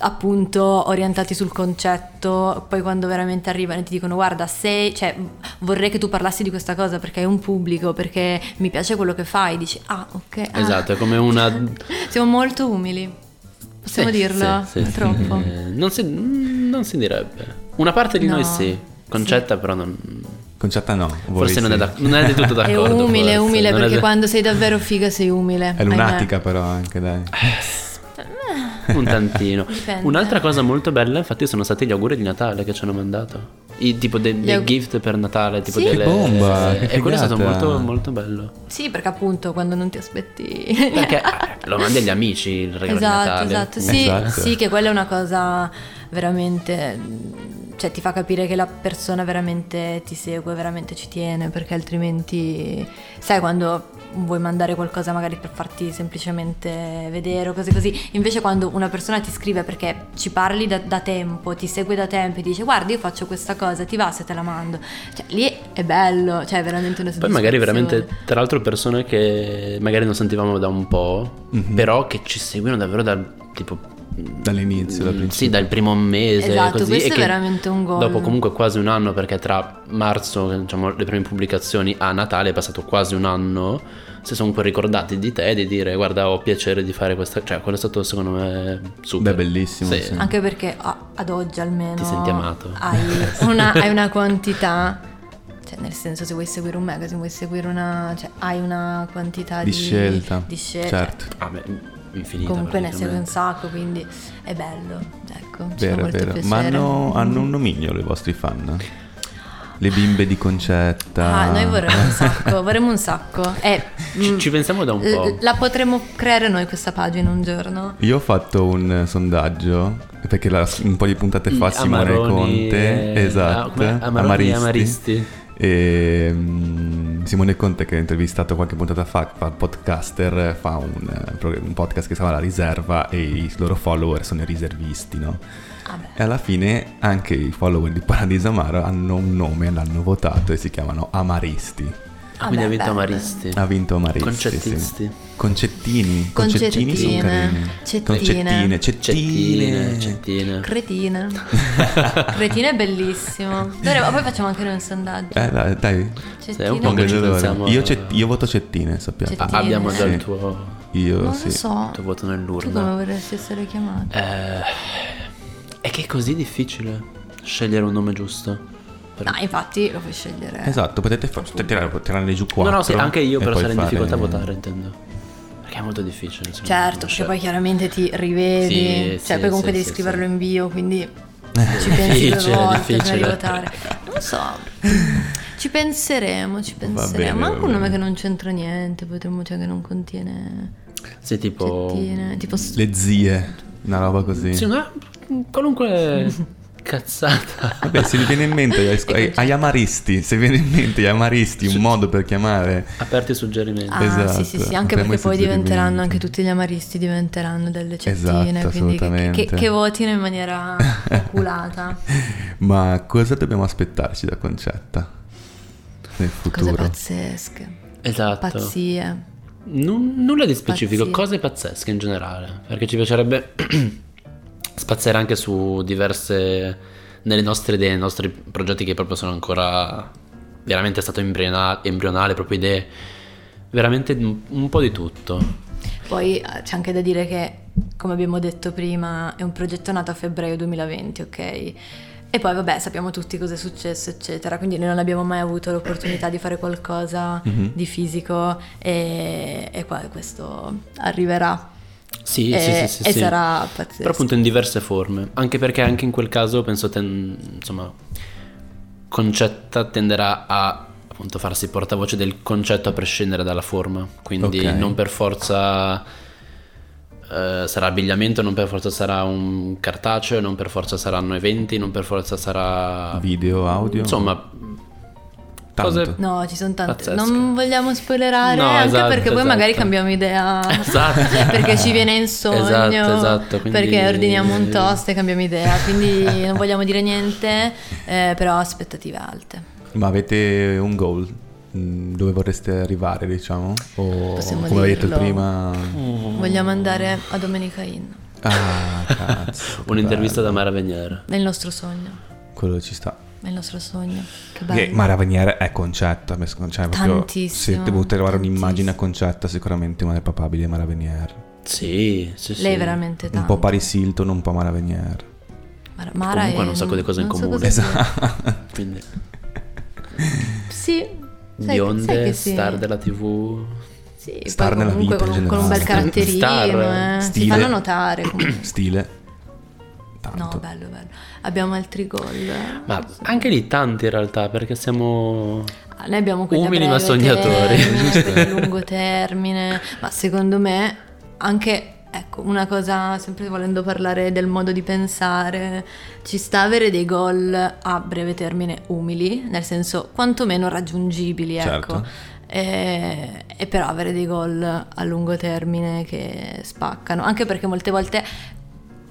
Speaker 2: appunto orientati sul concetto, poi quando veramente arrivano e ti dicono guarda sei, cioè vorrei che tu parlassi di questa cosa perché hai un pubblico, perché mi piace quello che fai, dici ah ok. ah.
Speaker 3: Esatto, è come una-
Speaker 2: Siamo molto umili, possiamo
Speaker 3: Sì,
Speaker 2: dirlo?
Speaker 3: sì, sì,
Speaker 2: Troppo.
Speaker 3: sì. Eh, non, si, non si direbbe. Una parte di
Speaker 2: No,
Speaker 3: noi sì, concetta però non...
Speaker 1: Concetta no.
Speaker 3: Forse
Speaker 1: vorresti-
Speaker 3: non è, da, non è di tutto
Speaker 2: È
Speaker 3: d'accordo.
Speaker 2: umile,
Speaker 3: forse.
Speaker 2: è umile
Speaker 3: Non è
Speaker 2: perché
Speaker 3: da-
Speaker 2: quando sei davvero figa sei umile. Cioè,
Speaker 1: È lunatica però anche, dai.
Speaker 2: eh,
Speaker 3: Un tantino.
Speaker 2: Dipende.
Speaker 3: Un'altra cosa molto bella, infatti, sono stati gli auguri di Natale che ci hanno mandato. I, tipo dei, dei
Speaker 2: aug-
Speaker 3: gift per Natale, tipo
Speaker 2: Sì. Che
Speaker 3: delle...
Speaker 1: bomba, che
Speaker 3: e quello è stato
Speaker 1: figata.
Speaker 3: molto, molto bello.
Speaker 2: ahimè. Sì, perché appunto quando non ti aspetti...
Speaker 3: Perché eh, lo mandi agli amici il regalo di
Speaker 2: esatto,
Speaker 3: Natale.
Speaker 2: esatto. Sì,
Speaker 1: Esatto.
Speaker 2: sì, che quella è una cosa veramente... Cioè ti fa capire che la persona veramente ti segue, veramente ci tiene, perché altrimenti... Sai quando vuoi mandare qualcosa magari per farti semplicemente vedere o cose così, invece quando una persona ti scrive perché ci parli da, da tempo, ti segue da tempo e dice guarda io faccio questa cosa, ti va se te la mando, cioè lì è bello, cioè è veramente una
Speaker 3: Poi
Speaker 2: soddisfazione.
Speaker 3: magari veramente, tra l'altro persone che magari non sentivamo da un po',
Speaker 1: Mhm.
Speaker 3: però che ci seguono davvero dal tipo...
Speaker 1: Dall'inizio, dal
Speaker 3: mm,
Speaker 1: principio.
Speaker 3: Sì, dal primo mese.
Speaker 2: Esatto,
Speaker 3: così,
Speaker 2: questo
Speaker 3: e
Speaker 2: è
Speaker 3: che
Speaker 2: veramente un gol.
Speaker 3: Dopo comunque quasi un anno, perché tra marzo, diciamo, le prime pubblicazioni a Natale è passato quasi un anno, si sono poi ricordati di te e di dire guarda ho piacere di fare questa... Cioè quello è stato secondo me super.
Speaker 1: Beh, bellissimo,
Speaker 3: Sì.
Speaker 1: sì.
Speaker 2: Anche perché a- ad oggi almeno
Speaker 3: Ti senti amato.
Speaker 2: Hai una, hai una quantità, cioè nel senso se vuoi seguire un magazine, vuoi seguire una, cioè hai una quantità di,
Speaker 1: Di scelta.
Speaker 2: di scelta.
Speaker 1: Certo.
Speaker 3: Ah, beh, infinita.
Speaker 2: Comunque ne segue un
Speaker 3: praticamente.
Speaker 2: sacco, quindi è bello. Ecco, ci fa
Speaker 1: Vero,
Speaker 2: molto
Speaker 1: vero.
Speaker 2: piacere.
Speaker 1: Ma hanno, hanno un nomignolo i vostri fan? Le bimbe di Concetta.
Speaker 2: Ah, noi vorremmo un sacco, vorremmo un sacco. Eh,
Speaker 3: Ci,
Speaker 2: mm,
Speaker 3: ci pensiamo da un
Speaker 2: l-
Speaker 3: po'.
Speaker 2: la potremmo creare noi questa pagina un giorno.
Speaker 1: Io ho fatto un eh, sondaggio perché la- un po' di puntate fa Simone
Speaker 3: Mm, Amaroni
Speaker 1: Conte,
Speaker 3: e- ah,
Speaker 1: esatto,
Speaker 3: com'è? Amaroni e Amaristi.
Speaker 1: E, mm, Simone Conte che ho intervistato qualche puntata fa, fa il podcaster, fa un, eh, pro- un podcast che si chiama La Riserva e i loro follower sono i riservisti, no?
Speaker 2: Vabbè.
Speaker 1: E alla fine anche i follower di Paradiso Amaro hanno un nome, l'hanno votato e si chiamano Amaristi.
Speaker 3: Ah, Quindi
Speaker 2: Vabbè,
Speaker 3: ha vinto
Speaker 2: bello.
Speaker 3: Amaristi.
Speaker 1: Ha vinto Amaristi.
Speaker 3: Concettisti.
Speaker 1: sì. Concettini. Concettini sono
Speaker 2: Concettine.
Speaker 1: carini.
Speaker 2: Cettine.
Speaker 1: Concettine.
Speaker 3: Cettine,
Speaker 1: Cettine.
Speaker 3: cettine.
Speaker 2: Cretina. Cretina è bellissimo. Dovremmo- poi facciamo anche noi un sondaggio.
Speaker 1: Eh, dai, dai.
Speaker 3: Sei eh, un
Speaker 2: Cettine.
Speaker 3: po'
Speaker 1: Non
Speaker 3: che
Speaker 1: vedo
Speaker 3: ci
Speaker 1: l'ora.
Speaker 3: pensiamo
Speaker 1: Io,
Speaker 3: a-
Speaker 1: cet- io voto Cettine, sappiate.
Speaker 3: Ah,
Speaker 2: Cettine.
Speaker 3: abbiamo già
Speaker 1: Sì.
Speaker 3: il tuo,
Speaker 1: Io
Speaker 2: non
Speaker 1: sì.
Speaker 2: lo so.
Speaker 3: tuo voto
Speaker 2: Tu come
Speaker 3: nell'urna.
Speaker 2: vorresti essere chiamato?
Speaker 3: Eh, è che è così difficile scegliere un nome giusto. Per-
Speaker 2: No, infatti lo puoi scegliere.
Speaker 1: Esatto, potete fa- potete tirare, tirarne giù
Speaker 3: No,
Speaker 1: quattro.
Speaker 3: no, sì, anche io
Speaker 1: e
Speaker 3: però
Speaker 1: poi
Speaker 3: sarei in
Speaker 1: fare-
Speaker 3: difficoltà a votare, intendo. Perché è molto difficile. secondo me,
Speaker 2: Certo, perché
Speaker 3: scegliere.
Speaker 2: poi chiaramente ti rivedi,
Speaker 3: Sì,
Speaker 2: cioè
Speaker 3: sì,
Speaker 2: poi comunque
Speaker 3: sì,
Speaker 2: devi
Speaker 3: sì,
Speaker 2: scriverlo
Speaker 3: sì.
Speaker 2: in bio, quindi ci pensi due
Speaker 3: Difficile,
Speaker 2: volte prima di
Speaker 3: difficile.
Speaker 2: votare. Non so, ci penseremo, ci penseremo.
Speaker 1: bene,
Speaker 2: Ma
Speaker 1: va
Speaker 2: anche un nome
Speaker 1: bene.
Speaker 2: che non c'entra niente, potremmo, cioè che non contiene
Speaker 3: Sì, tipo...
Speaker 2: cettine, tipo... s-
Speaker 1: Le zie, una roba così.
Speaker 3: Sì, una... qualunque
Speaker 2: Ah.
Speaker 3: cazzata.
Speaker 1: Vabbè, se vi viene in mente ai- ai- agli amaristi, se vi viene in mente agli amaristi un modo per chiamare
Speaker 3: Aperti suggerimenti.
Speaker 2: Ah,
Speaker 1: Esatto,
Speaker 2: sì, sì, sì, anche
Speaker 1: apriamo
Speaker 2: perché
Speaker 1: i
Speaker 2: poi
Speaker 1: suggerimenti.
Speaker 2: diventeranno, anche tutti gli amaristi diventeranno delle cettine,
Speaker 1: Esatto,
Speaker 2: quindi che- che, che,
Speaker 1: assolutamente.
Speaker 2: che votino in maniera oculata.
Speaker 1: Ma cosa dobbiamo aspettarci da Concetta nel
Speaker 2: Cose
Speaker 1: futuro?
Speaker 2: pazzesche,
Speaker 3: Esatto.
Speaker 2: pazzie.
Speaker 3: Nu- nulla di specifico,
Speaker 2: Pazzie.
Speaker 3: cose pazzesche in generale, perché ci piacerebbe spaziare anche su diverse nelle nostre idee, nei nostri progetti che proprio sono ancora veramente stato embriona- embrionale, proprio idee veramente un, un po' di tutto.
Speaker 2: Poi eh, c'è anche da dire che, come abbiamo detto prima, è un progetto nato a febbraio 2020, ok? E poi vabbè, sappiamo tutti cosa è successo, eccetera, quindi noi non abbiamo mai avuto l'opportunità di fare qualcosa
Speaker 1: Mhm.
Speaker 2: di fisico e, e qua- questo arriverà.
Speaker 3: Sì,
Speaker 2: e,
Speaker 3: sì, sì, sì,
Speaker 2: e
Speaker 3: sì.
Speaker 2: sarà pazzesco.
Speaker 3: Però appunto in diverse forme, anche perché anche in quel caso penso ten- insomma Concetta tenderà a appunto farsi portavoce del concetto a prescindere dalla forma, quindi
Speaker 1: Ok.
Speaker 3: non per forza eh, sarà abbigliamento, non per forza sarà un cartaceo, non per forza saranno eventi, non per forza sarà
Speaker 1: Video, audio?
Speaker 3: Insomma,
Speaker 1: Tanto.
Speaker 3: cose
Speaker 2: No, ci sono tante.
Speaker 3: Pazzesche.
Speaker 2: Non vogliamo spoilerare,
Speaker 3: No,
Speaker 2: anche
Speaker 3: esatto,
Speaker 2: perché poi
Speaker 3: esatto.
Speaker 2: magari cambiamo idea.
Speaker 3: Esatto.
Speaker 2: perché ci viene in sogno.
Speaker 3: Esatto, esatto, quindi-
Speaker 2: Perché ordiniamo un toast e cambiamo idea. Quindi non vogliamo dire niente, eh, però aspettative alte.
Speaker 1: Ma avete un goal? Mm, Dove vorreste arrivare, diciamo? O
Speaker 2: Possiamo
Speaker 1: come avevi detto
Speaker 2: dirlo.
Speaker 1: prima...
Speaker 3: Mm.
Speaker 2: Vogliamo andare a Domenica Inn,
Speaker 1: Ah, cazzo. che
Speaker 3: un'intervista da Mara Venier.
Speaker 2: nel nostro sogno.
Speaker 1: bello. Quello ci sta.
Speaker 2: Nel nostro sogno. Che
Speaker 1: Che
Speaker 2: bello.
Speaker 1: Mara Vanier è concetta, mi sc- cioè proprio-
Speaker 2: Tantissimo,
Speaker 1: Se devo trovare un'immagine
Speaker 2: tantissimo.
Speaker 1: a concetta, sicuramente una è papabile Mara Venier.
Speaker 3: Sì, sì, sì.
Speaker 2: Lei è veramente tanto.
Speaker 1: Un po' Paris Hilton, un po' Mara Venier.
Speaker 2: Mara, Mara
Speaker 3: Comunque
Speaker 2: è-
Speaker 3: hanno un sacco di cose in
Speaker 2: non so
Speaker 3: comune.
Speaker 2: cosa
Speaker 1: Esatto.
Speaker 2: dire.
Speaker 3: Quindi
Speaker 2: Sì. sai- sai
Speaker 3: bionde,
Speaker 2: che sì.
Speaker 3: star della TV.
Speaker 2: Sì,
Speaker 1: Star
Speaker 2: poi
Speaker 1: nella
Speaker 2: comunque
Speaker 1: vita in
Speaker 2: con, un- con un bel
Speaker 1: generale.
Speaker 2: caratterino,
Speaker 3: Star,
Speaker 2: eh. si
Speaker 1: stile.
Speaker 2: fanno notare comunque.
Speaker 1: Stile.
Speaker 2: No,
Speaker 1: Tanto.
Speaker 2: bello, bello. Abbiamo altri gol.
Speaker 3: Ma anche lì tanti in realtà, perché siamo...
Speaker 2: Ah, Noi abbiamo quelli a
Speaker 3: Umili ma
Speaker 2: breve
Speaker 3: sognatori.
Speaker 2: termine,
Speaker 3: Giusto.
Speaker 2: quelli a lungo termine, ma secondo me anche ecco, una cosa, sempre volendo parlare del modo di pensare, ci sta avere dei gol a breve termine umili, nel senso quantomeno raggiungibili, ecco.
Speaker 1: Certo.
Speaker 2: E, e però avere dei gol a lungo termine che spaccano, anche perché molte volte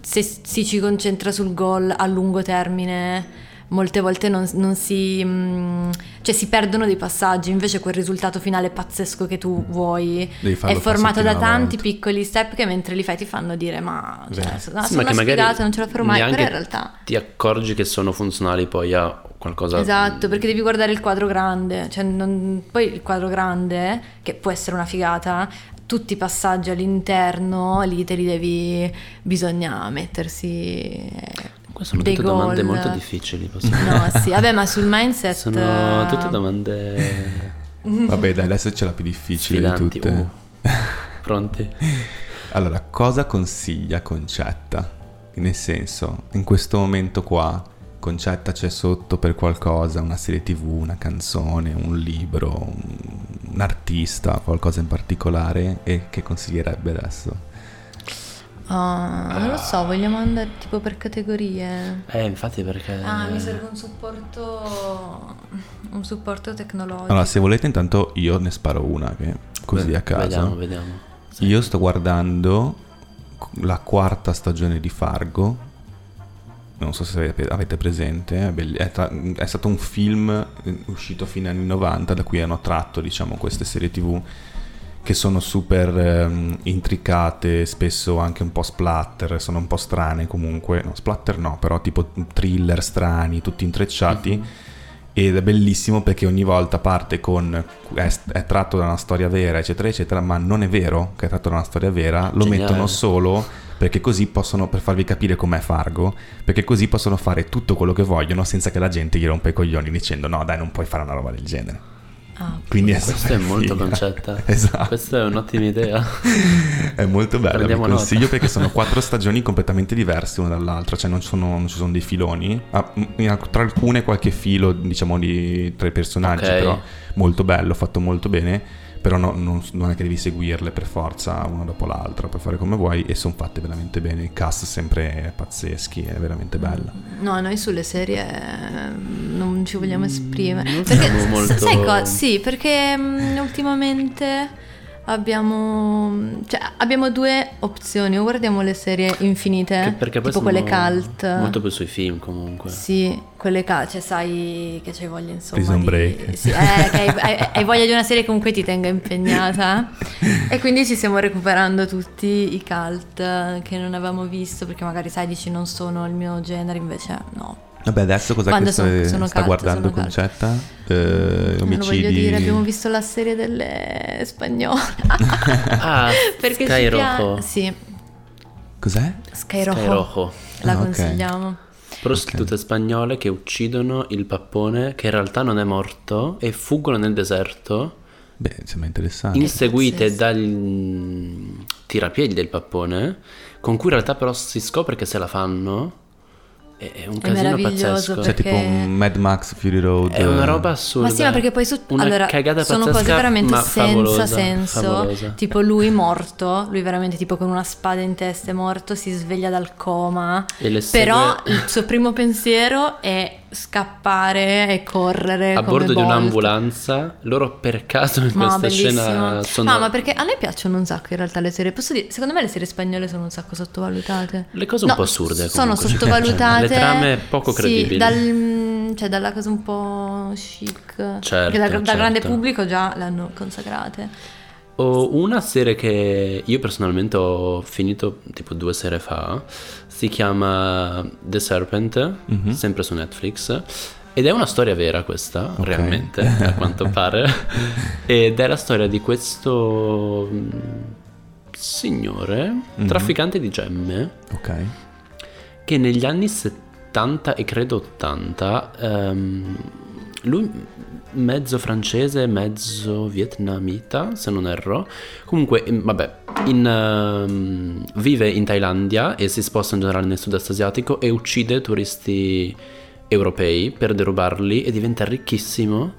Speaker 2: se si ci concentra sul gol a lungo termine, molte volte non, non si... mm, cioè si perdono dei passaggi, invece quel risultato finale pazzesco che tu vuoi
Speaker 1: Devi
Speaker 2: è
Speaker 1: farlo
Speaker 2: formato da
Speaker 1: passare una
Speaker 2: tanti
Speaker 1: volta.
Speaker 2: piccoli step che mentre li fai ti fanno dire ma cioè,
Speaker 1: Vero.
Speaker 2: sono,
Speaker 3: Sì,
Speaker 2: sono
Speaker 3: ma
Speaker 2: una
Speaker 3: che magari
Speaker 2: sfigata, non ce la farò mai, però
Speaker 3: neanche
Speaker 2: in realtà...
Speaker 3: Ti accorgi che sono funzionali poi a qualcosa...
Speaker 2: Esatto, perché devi guardare il quadro grande, cioè non- poi il quadro grande, che può essere una figata, tutti i passaggi all'interno lì te li devi, bisogna mettersi... eh,
Speaker 3: Queste sono
Speaker 2: dei
Speaker 3: tutte domande
Speaker 2: goal.
Speaker 3: molto difficili. posso dire.
Speaker 2: No, sì, vabbè, ma sul mindset...
Speaker 3: Sono
Speaker 2: eh,
Speaker 3: tutte domande
Speaker 1: Vabbè, dai, adesso c'è la più difficile
Speaker 3: sfidanti.
Speaker 1: di tutte.
Speaker 3: Uh, pronti?
Speaker 1: Allora, cosa consiglia Concetta? Nel senso, in questo momento qua, Concetta c'è sotto per qualcosa, una serie tv, una canzone, un libro, un, un artista, qualcosa in particolare, e che consiglierebbe adesso?
Speaker 2: Ah, non lo so, vogliamo andare tipo per categorie.
Speaker 3: Eh, infatti perché...
Speaker 2: Ah, mi serve un supporto. Un supporto tecnologico.
Speaker 1: Allora, se volete intanto io ne sparo una, che così
Speaker 3: Beh,
Speaker 1: a caso.
Speaker 3: Vediamo, vediamo. Sì.
Speaker 1: Io sto guardando la quarta stagione di Fargo. Non so se avete- avete presente, è, bell- è tra- è stato un film eh, uscito fino agli anni 90 da cui hanno tratto diciamo, queste serie tv che sono super ehm, intricate, spesso anche un po' splatter, sono un po' strane comunque, no splatter no, però tipo thriller strani, tutti intrecciati ed è bellissimo perché ogni volta parte con è, è tratto da una storia vera, eccetera, eccetera, ma non è vero che è tratto da una storia vera, lo
Speaker 3: Geniale.
Speaker 1: mettono solo perché così possono, per farvi capire com'è Fargo, perché così possono fare tutto quello che vogliono senza che la gente gli rompa i coglioni dicendo no dai non puoi fare una roba del genere.
Speaker 2: Ah,
Speaker 1: Quindi è
Speaker 3: Questo
Speaker 1: super
Speaker 3: è molto
Speaker 1: figa.
Speaker 3: concetta.
Speaker 1: Esatto.
Speaker 3: Questa è un'ottima idea.
Speaker 1: È molto bello, vi
Speaker 3: Prendiamo nota.
Speaker 1: consiglio perché sono quattro stagioni completamente diverse una dall'altra, cioè non, sono- non ci sono dei filoni, Ah, m- in alc- tra alcune qualche filo diciamo di tre personaggi,
Speaker 3: Ok.
Speaker 1: però molto bello, fatto molto bene, però no- non, non è che devi seguirle per forza una dopo l'altra, puoi fare come vuoi e sono fatte veramente bene, i cast sempre pazzeschi, è veramente bella.
Speaker 2: No, noi sulle serie eh, non ci vogliamo esprimere.
Speaker 3: Mm, Non
Speaker 2: Perché,
Speaker 3: siamo
Speaker 2: s-
Speaker 3: molto-
Speaker 2: Sai cosa? Sì, perché mm, ultimamente abbiamo, cioè, abbiamo due opzioni. O guardiamo le serie infinite,
Speaker 3: Che- perché poi
Speaker 2: Eh? tipo
Speaker 3: sono
Speaker 2: quelle cult.
Speaker 3: Molto più sui film comunque.
Speaker 2: Sì, quelle ca- cioè sai che c'hai voglia insomma
Speaker 1: Prison
Speaker 2: di-
Speaker 1: Break.
Speaker 2: sì, eh, che hai, hai- hai voglia di una serie con cui ti tenga impegnata e quindi ci stiamo recuperando tutti i cult che non avevamo visto perché magari sai dici non sono il mio genere invece no
Speaker 1: Vabbè adesso cos'è
Speaker 2: Quando
Speaker 1: che
Speaker 2: sono-
Speaker 1: sta-
Speaker 2: sono
Speaker 1: sta
Speaker 2: cult,
Speaker 1: guardando
Speaker 2: sono cult.
Speaker 1: Concetta? Eh,
Speaker 2: non lo voglio
Speaker 1: omicidi?
Speaker 2: dire abbiamo visto la serie delle spagnole
Speaker 3: Ah,
Speaker 2: perché
Speaker 3: Sky
Speaker 2: si chiama-
Speaker 3: Rojo.
Speaker 2: sì
Speaker 1: Cos'è?
Speaker 2: Sky
Speaker 3: Sky
Speaker 2: Rojo
Speaker 3: Rojo.
Speaker 2: la
Speaker 1: Ah, ok.
Speaker 2: consigliamo
Speaker 3: Prostitute spagnole che uccidono il pappone che in realtà non è morto e fuggono nel deserto
Speaker 1: Beh, sembra interessante.
Speaker 3: inseguite
Speaker 2: pazzesco.
Speaker 3: dal tirapiedi del pappone con cui in realtà però si scopre che se la fanno è, è un casino
Speaker 2: meraviglioso
Speaker 3: pazzesco.
Speaker 1: Cioè
Speaker 2: perché-
Speaker 1: tipo un Mad Max Fury Road. eh,
Speaker 3: È una roba assurda.
Speaker 2: Ma sì, ma perché poi su-
Speaker 3: Una
Speaker 2: allora,
Speaker 3: cagata
Speaker 2: sono
Speaker 3: pazzesca,
Speaker 2: cose veramente
Speaker 3: ma
Speaker 2: senza
Speaker 3: favolosa,
Speaker 2: senso.
Speaker 3: favolosa.
Speaker 2: Tipo lui morto, lui veramente tipo con una spada in testa è morto, si sveglia dal coma.
Speaker 3: E le segue-
Speaker 2: Però il suo primo pensiero è scappare e correre
Speaker 3: a
Speaker 2: come
Speaker 3: bordo di
Speaker 2: Bolt.
Speaker 3: un'ambulanza, loro per caso in
Speaker 2: Ma
Speaker 3: questa
Speaker 2: bellissimo.
Speaker 3: scena sono
Speaker 2: No, ma perché a me piacciono un sacco in realtà le serie. Posso dire, secondo me le serie spagnole sono un sacco sottovalutate.
Speaker 3: Le cose un
Speaker 2: No,
Speaker 3: po' assurde,
Speaker 2: Sono
Speaker 3: comunque, ci
Speaker 2: sottovalutate.
Speaker 3: piacciono. Le trame poco
Speaker 2: sì,
Speaker 3: credibili.
Speaker 2: dal- cioè dalla cosa un po' chic.
Speaker 3: Certo,
Speaker 2: che dal, dal
Speaker 3: certo.
Speaker 2: grande pubblico già l'hanno consacrate.
Speaker 3: Ho una serie che io personalmente ho finito tipo due sere fa, si chiama The Serpent, sempre su Netflix, ed è una storia vera questa,
Speaker 1: Ok.
Speaker 3: realmente, a quanto pare, ed è la storia di questo mm, signore, trafficante di gemme,
Speaker 1: Ok.
Speaker 3: che negli anni 70 e credo 80 ehm, lui mezzo francese mezzo vietnamita se non erro comunque in- vabbè in, ehm, vive in Thailandia e si sposta in generale nel sud-est asiatico e uccide turisti europei per derubarli e diventa ricchissimo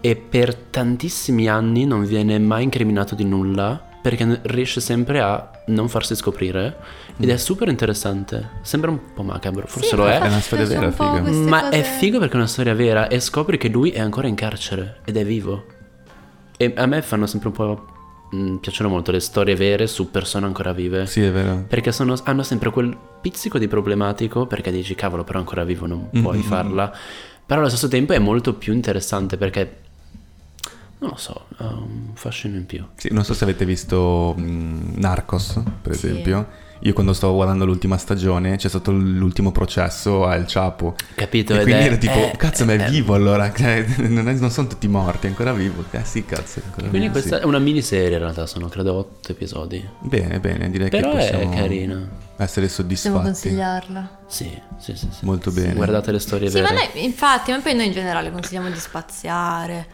Speaker 3: e per tantissimi anni non viene mai incriminato di nulla perché n- riesce sempre a non farsi scoprire ed è super interessante. Sembra un po' macabro, forse
Speaker 2: Sì,
Speaker 3: lo
Speaker 2: ma
Speaker 3: è.
Speaker 1: È
Speaker 2: infatti
Speaker 1: una storia
Speaker 2: piace un
Speaker 1: vera,
Speaker 2: po'
Speaker 1: figa.
Speaker 2: queste
Speaker 3: Ma è
Speaker 2: cose-
Speaker 3: figo perché è una storia vera e scopri che lui è ancora in carcere ed è vivo. E a me fanno sempre un po'... mm, piacciono molto le storie vere su persone ancora vive.
Speaker 1: Sì, è vero.
Speaker 3: Perché sono- hanno sempre quel pizzico di problematico perché dici cavolo però ancora vivo non
Speaker 1: Mm-hmm,
Speaker 3: puoi farla. Però allo stesso tempo è molto più interessante perché... Non lo so, ha un fascino in più.
Speaker 1: Sì, non so se avete visto mh, Narcos, per
Speaker 2: Sì.
Speaker 1: esempio. Io quando stavo guardando l'ultima stagione c'è stato l'ultimo processo a El Chapo.
Speaker 3: Capito?
Speaker 1: E
Speaker 3: Ed
Speaker 1: quindi
Speaker 3: è- eh,
Speaker 1: ero tipo,
Speaker 3: è-
Speaker 1: cazzo, ma è
Speaker 3: è-
Speaker 1: vivo allora? Cioè, non, è- non sono tutti morti, è ancora vivo. Eh sì, cazzo, è ancora
Speaker 3: Quindi
Speaker 1: vivo,
Speaker 3: questa
Speaker 1: Eh, sì.
Speaker 3: è una miniserie in realtà, sono credo otto episodi.
Speaker 1: Bene, bene, direi
Speaker 3: Però
Speaker 1: che
Speaker 3: è
Speaker 1: possiamo
Speaker 3: carina.
Speaker 1: essere
Speaker 2: Possiamo
Speaker 1: soddisfatti.
Speaker 2: consigliarla.
Speaker 3: Sì, sì, sì. sì.
Speaker 1: Molto bene.
Speaker 3: Guardate le storie
Speaker 2: Sì,
Speaker 3: vere.
Speaker 2: ma noi, infatti, ma poi noi in generale consigliamo di spaziare.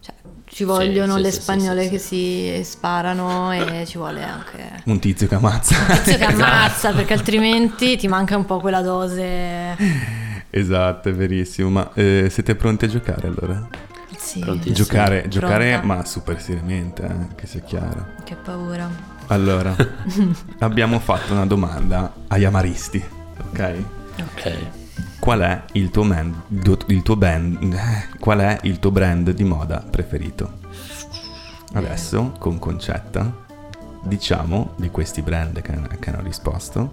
Speaker 2: Cioè, ci vogliono
Speaker 3: sì,
Speaker 2: le
Speaker 3: sì, sì,
Speaker 2: spagnole
Speaker 3: sì,
Speaker 2: che si sparano e ci vuole anche
Speaker 1: Un tizio che ammazza.
Speaker 2: tizio che
Speaker 1: Esatto.
Speaker 2: ammazza perché altrimenti ti manca un po' quella dose.
Speaker 1: esatto, è verissimo. Ma eh, siete pronti a giocare allora?
Speaker 2: Sì,
Speaker 3: Prontissimo.
Speaker 1: Giocare, giocare
Speaker 2: Pronta.
Speaker 1: ma super seriamente, eh, che sia chiaro.
Speaker 2: che paura.
Speaker 1: Allora, abbiamo fatto una domanda agli amaristi, ok?
Speaker 3: Ok.
Speaker 1: Qual è il tuo, man- do- il tuo band- eh, qual è il tuo brand di moda preferito? Adesso, con concetta, diciamo di questi brand che, che hanno risposto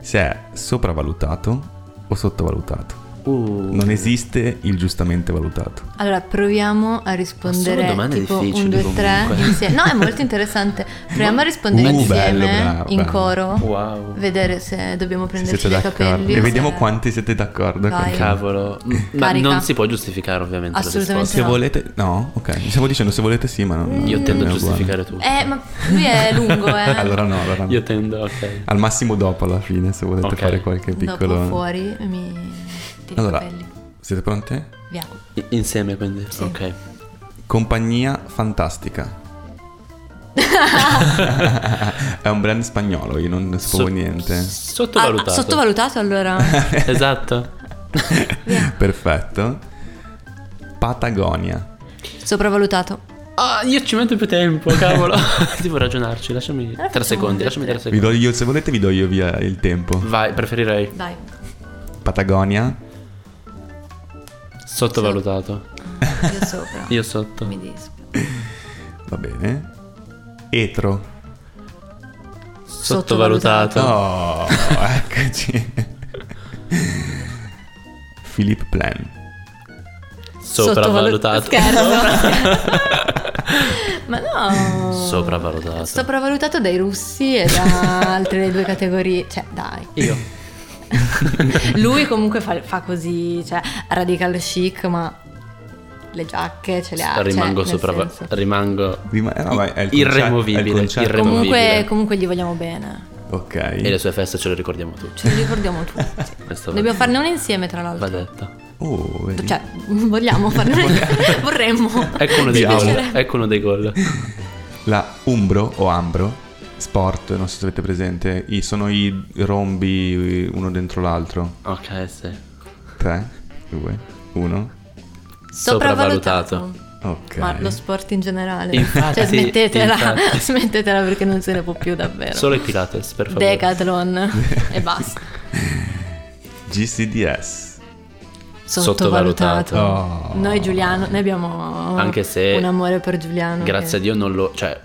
Speaker 1: se è sopravvalutato o sottovalutato.
Speaker 3: Uh,
Speaker 1: Non esiste il giustamente valutato.
Speaker 2: Allora, proviamo a rispondere
Speaker 3: sono domande
Speaker 2: tipo
Speaker 3: difficili
Speaker 2: 1, 2, 3
Speaker 3: comunque.
Speaker 2: insieme. No, è molto interessante. Proviamo a rispondere
Speaker 1: Uh,
Speaker 2: insieme
Speaker 1: bello, bravo,
Speaker 2: in
Speaker 1: bello.
Speaker 2: coro.
Speaker 3: Wow.
Speaker 2: Vedere se dobbiamo
Speaker 1: Se
Speaker 2: prenderci
Speaker 1: siete
Speaker 2: dei
Speaker 1: d'accordo.
Speaker 2: capelli.
Speaker 1: E
Speaker 2: o
Speaker 1: vediamo
Speaker 2: se-
Speaker 1: quanti siete d'accordo.
Speaker 2: Vai.
Speaker 1: con-
Speaker 3: Cavolo. Ma
Speaker 2: Carica.
Speaker 3: non si può giustificare ovviamente la
Speaker 2: Assolutamente
Speaker 1: Se
Speaker 2: No.
Speaker 1: volete... No, ok. Stavo dicendo se volete sì, ma non...
Speaker 3: risposta. Io tendo a
Speaker 1: non è uguale.
Speaker 3: giustificare tutto.
Speaker 2: Eh, ma lui è lungo, eh.
Speaker 1: Allora no, allora no.
Speaker 3: Io tendo, ok.
Speaker 1: Al massimo dopo alla fine, se volete
Speaker 3: Ok.
Speaker 1: fare qualche piccolo...
Speaker 2: Dopo fuori mi tiri
Speaker 1: Allora.
Speaker 2: i capelli.
Speaker 1: Siete pronti?
Speaker 2: Via.
Speaker 3: I- Insieme quindi.
Speaker 2: Sì.
Speaker 3: Ok.
Speaker 1: Compagnia Fantastica. È un brand spagnolo, io non ne sapevo
Speaker 3: Sot-
Speaker 1: niente.
Speaker 3: Sottovalutato.
Speaker 2: Ah, ah, sottovalutato allora.
Speaker 3: Esatto.
Speaker 1: Perfetto. Patagonia.
Speaker 2: Sopravvalutato.
Speaker 3: Ah, io ci metto più tempo, cavolo. Devo ragionarci, lasciami tre
Speaker 2: Eh, facciamo
Speaker 3: secondi,
Speaker 2: tre,
Speaker 3: lasciami tre
Speaker 2: tre.
Speaker 1: Vi
Speaker 3: secondi.
Speaker 1: do io, se volete vi do io via il tempo.
Speaker 3: Vai, preferirei
Speaker 2: Dai.
Speaker 1: Patagonia.
Speaker 3: sottovalutato.
Speaker 2: Io sopra.
Speaker 3: Io sotto.
Speaker 2: Mi dispiace.
Speaker 1: Va bene. Etro.
Speaker 3: Sottovalutato.
Speaker 1: Oh, eccoci. Philip Plan.
Speaker 3: Sopravvalutato.
Speaker 2: Scherzo. ma no.
Speaker 3: Sopravvalutato.
Speaker 2: Sopravvalutato dai russi e da altre due categorie. Cioè, dai.
Speaker 3: Io.
Speaker 2: Lui comunque fa, fa così, cioè, radical chic, ma le giacche ce le ha. cioè,
Speaker 3: rimango
Speaker 2: nel senso.
Speaker 3: sopravvalutato. Rimango
Speaker 1: Rima- eh, no, ma è il concetto-
Speaker 3: Irremovibile,
Speaker 1: è il concetto.
Speaker 3: irremovibile.
Speaker 2: Comunque,
Speaker 3: Removibile.
Speaker 2: comunque gli vogliamo bene.
Speaker 1: Ok.
Speaker 3: e le sue feste ce le ricordiamo tutti.
Speaker 2: Ce li ricordiamo tutti.
Speaker 3: Questo va-
Speaker 2: Dobbiamo farne una insieme, tra l'altro.
Speaker 3: va detto.
Speaker 1: Oh, vedi?
Speaker 2: Cioè, vogliamo farne una insieme. Vorremmo.
Speaker 3: Ecco uno dei
Speaker 2: Ci
Speaker 3: gol.
Speaker 2: piacerebbe.
Speaker 3: Ecco uno dei gol.
Speaker 1: La Umbro o Ambro Sport, non so se avete presente, i- sono i rombi uno dentro l'altro.
Speaker 3: Ok, sì.
Speaker 1: 3, 2, 1.
Speaker 2: Sopravvalutato.
Speaker 1: Ok.
Speaker 2: Ma lo sport in generale.
Speaker 3: Infatti,
Speaker 2: cioè, smettetela.
Speaker 3: infatti.
Speaker 2: Smettetela perché non se ne può più davvero.
Speaker 3: Solo i Pilates, per favore.
Speaker 2: Decathlon e basta.
Speaker 1: GCDS.
Speaker 2: Sottovalutato.
Speaker 1: Oh.
Speaker 2: Noi Giuliano, noi abbiamo
Speaker 3: Anche se-
Speaker 2: Ah, un amore per Giuliano.
Speaker 3: Grazie
Speaker 2: che-
Speaker 3: a Dio non lo... Cioè,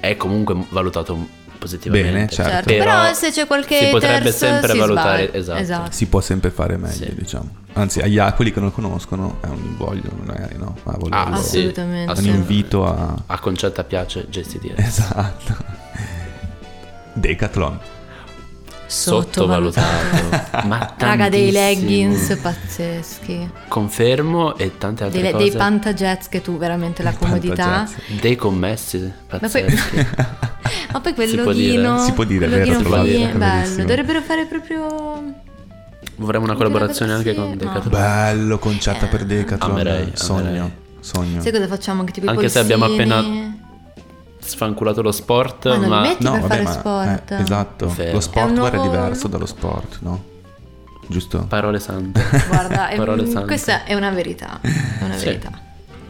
Speaker 3: è comunque valutato positivamente. Cioè,
Speaker 1: Bene, certo.
Speaker 2: Certo, però, se c'è qualche
Speaker 3: Si potrebbe
Speaker 2: terzo,
Speaker 3: sempre
Speaker 2: si
Speaker 3: valutare...
Speaker 2: sbaglia.
Speaker 3: Esatto.
Speaker 2: Esatto.
Speaker 1: Si può sempre fare meglio,
Speaker 3: Sì.
Speaker 1: diciamo. Anzi, agli a quelli che non conoscono è un voglio, magari no, ma volevo
Speaker 3: Ah, sì,
Speaker 2: Assolutamente.
Speaker 1: un
Speaker 3: assolutamente.
Speaker 1: invito a
Speaker 3: A Concetta piace JCDS.
Speaker 1: Esatto. Decathlon.
Speaker 3: Sottovalutato. Ma
Speaker 2: Raga dei
Speaker 3: tantissimo.
Speaker 2: leggings pazzeschi,
Speaker 3: Confermo e tante altre
Speaker 2: dei,
Speaker 3: cose.
Speaker 2: dei pantages che tu veramente la
Speaker 1: Dei
Speaker 2: comodità.
Speaker 1: pantages.
Speaker 3: Dei commessi
Speaker 2: Ma poi,
Speaker 3: pazzeschi.
Speaker 2: ma poi quel
Speaker 3: Si può dire.
Speaker 2: loghino,
Speaker 1: Si può dire,
Speaker 2: quel
Speaker 1: vero,
Speaker 2: loghino
Speaker 1: tra l'altro,
Speaker 2: lì è
Speaker 1: è
Speaker 2: bello.
Speaker 1: bellissimo.
Speaker 2: Dovrebbero fare proprio
Speaker 3: Vorremmo una collaborazione anche con
Speaker 2: Sì,
Speaker 3: Decathlon.
Speaker 1: Bello concetto
Speaker 2: Eh,
Speaker 1: per Decathlon.
Speaker 3: Amerei,
Speaker 1: sogno,
Speaker 3: amerei.
Speaker 1: sogno.
Speaker 2: Sai cosa facciamo? Anche tipo i
Speaker 3: Anche se abbiamo
Speaker 2: polsini.
Speaker 3: appena- Sfanculato lo sport,
Speaker 2: Ma
Speaker 3: ma...
Speaker 2: non li metti? per fare sport.
Speaker 1: eh, esatto,
Speaker 3: Vero.
Speaker 1: lo
Speaker 2: È un
Speaker 1: sport guarda, è
Speaker 2: nuovo-
Speaker 1: diverso dallo sport, no? Giusto?
Speaker 3: Parole sante.
Speaker 2: Guarda, è-
Speaker 3: Parole sante.
Speaker 2: questa è una verità. È una
Speaker 3: Sì.
Speaker 2: verità.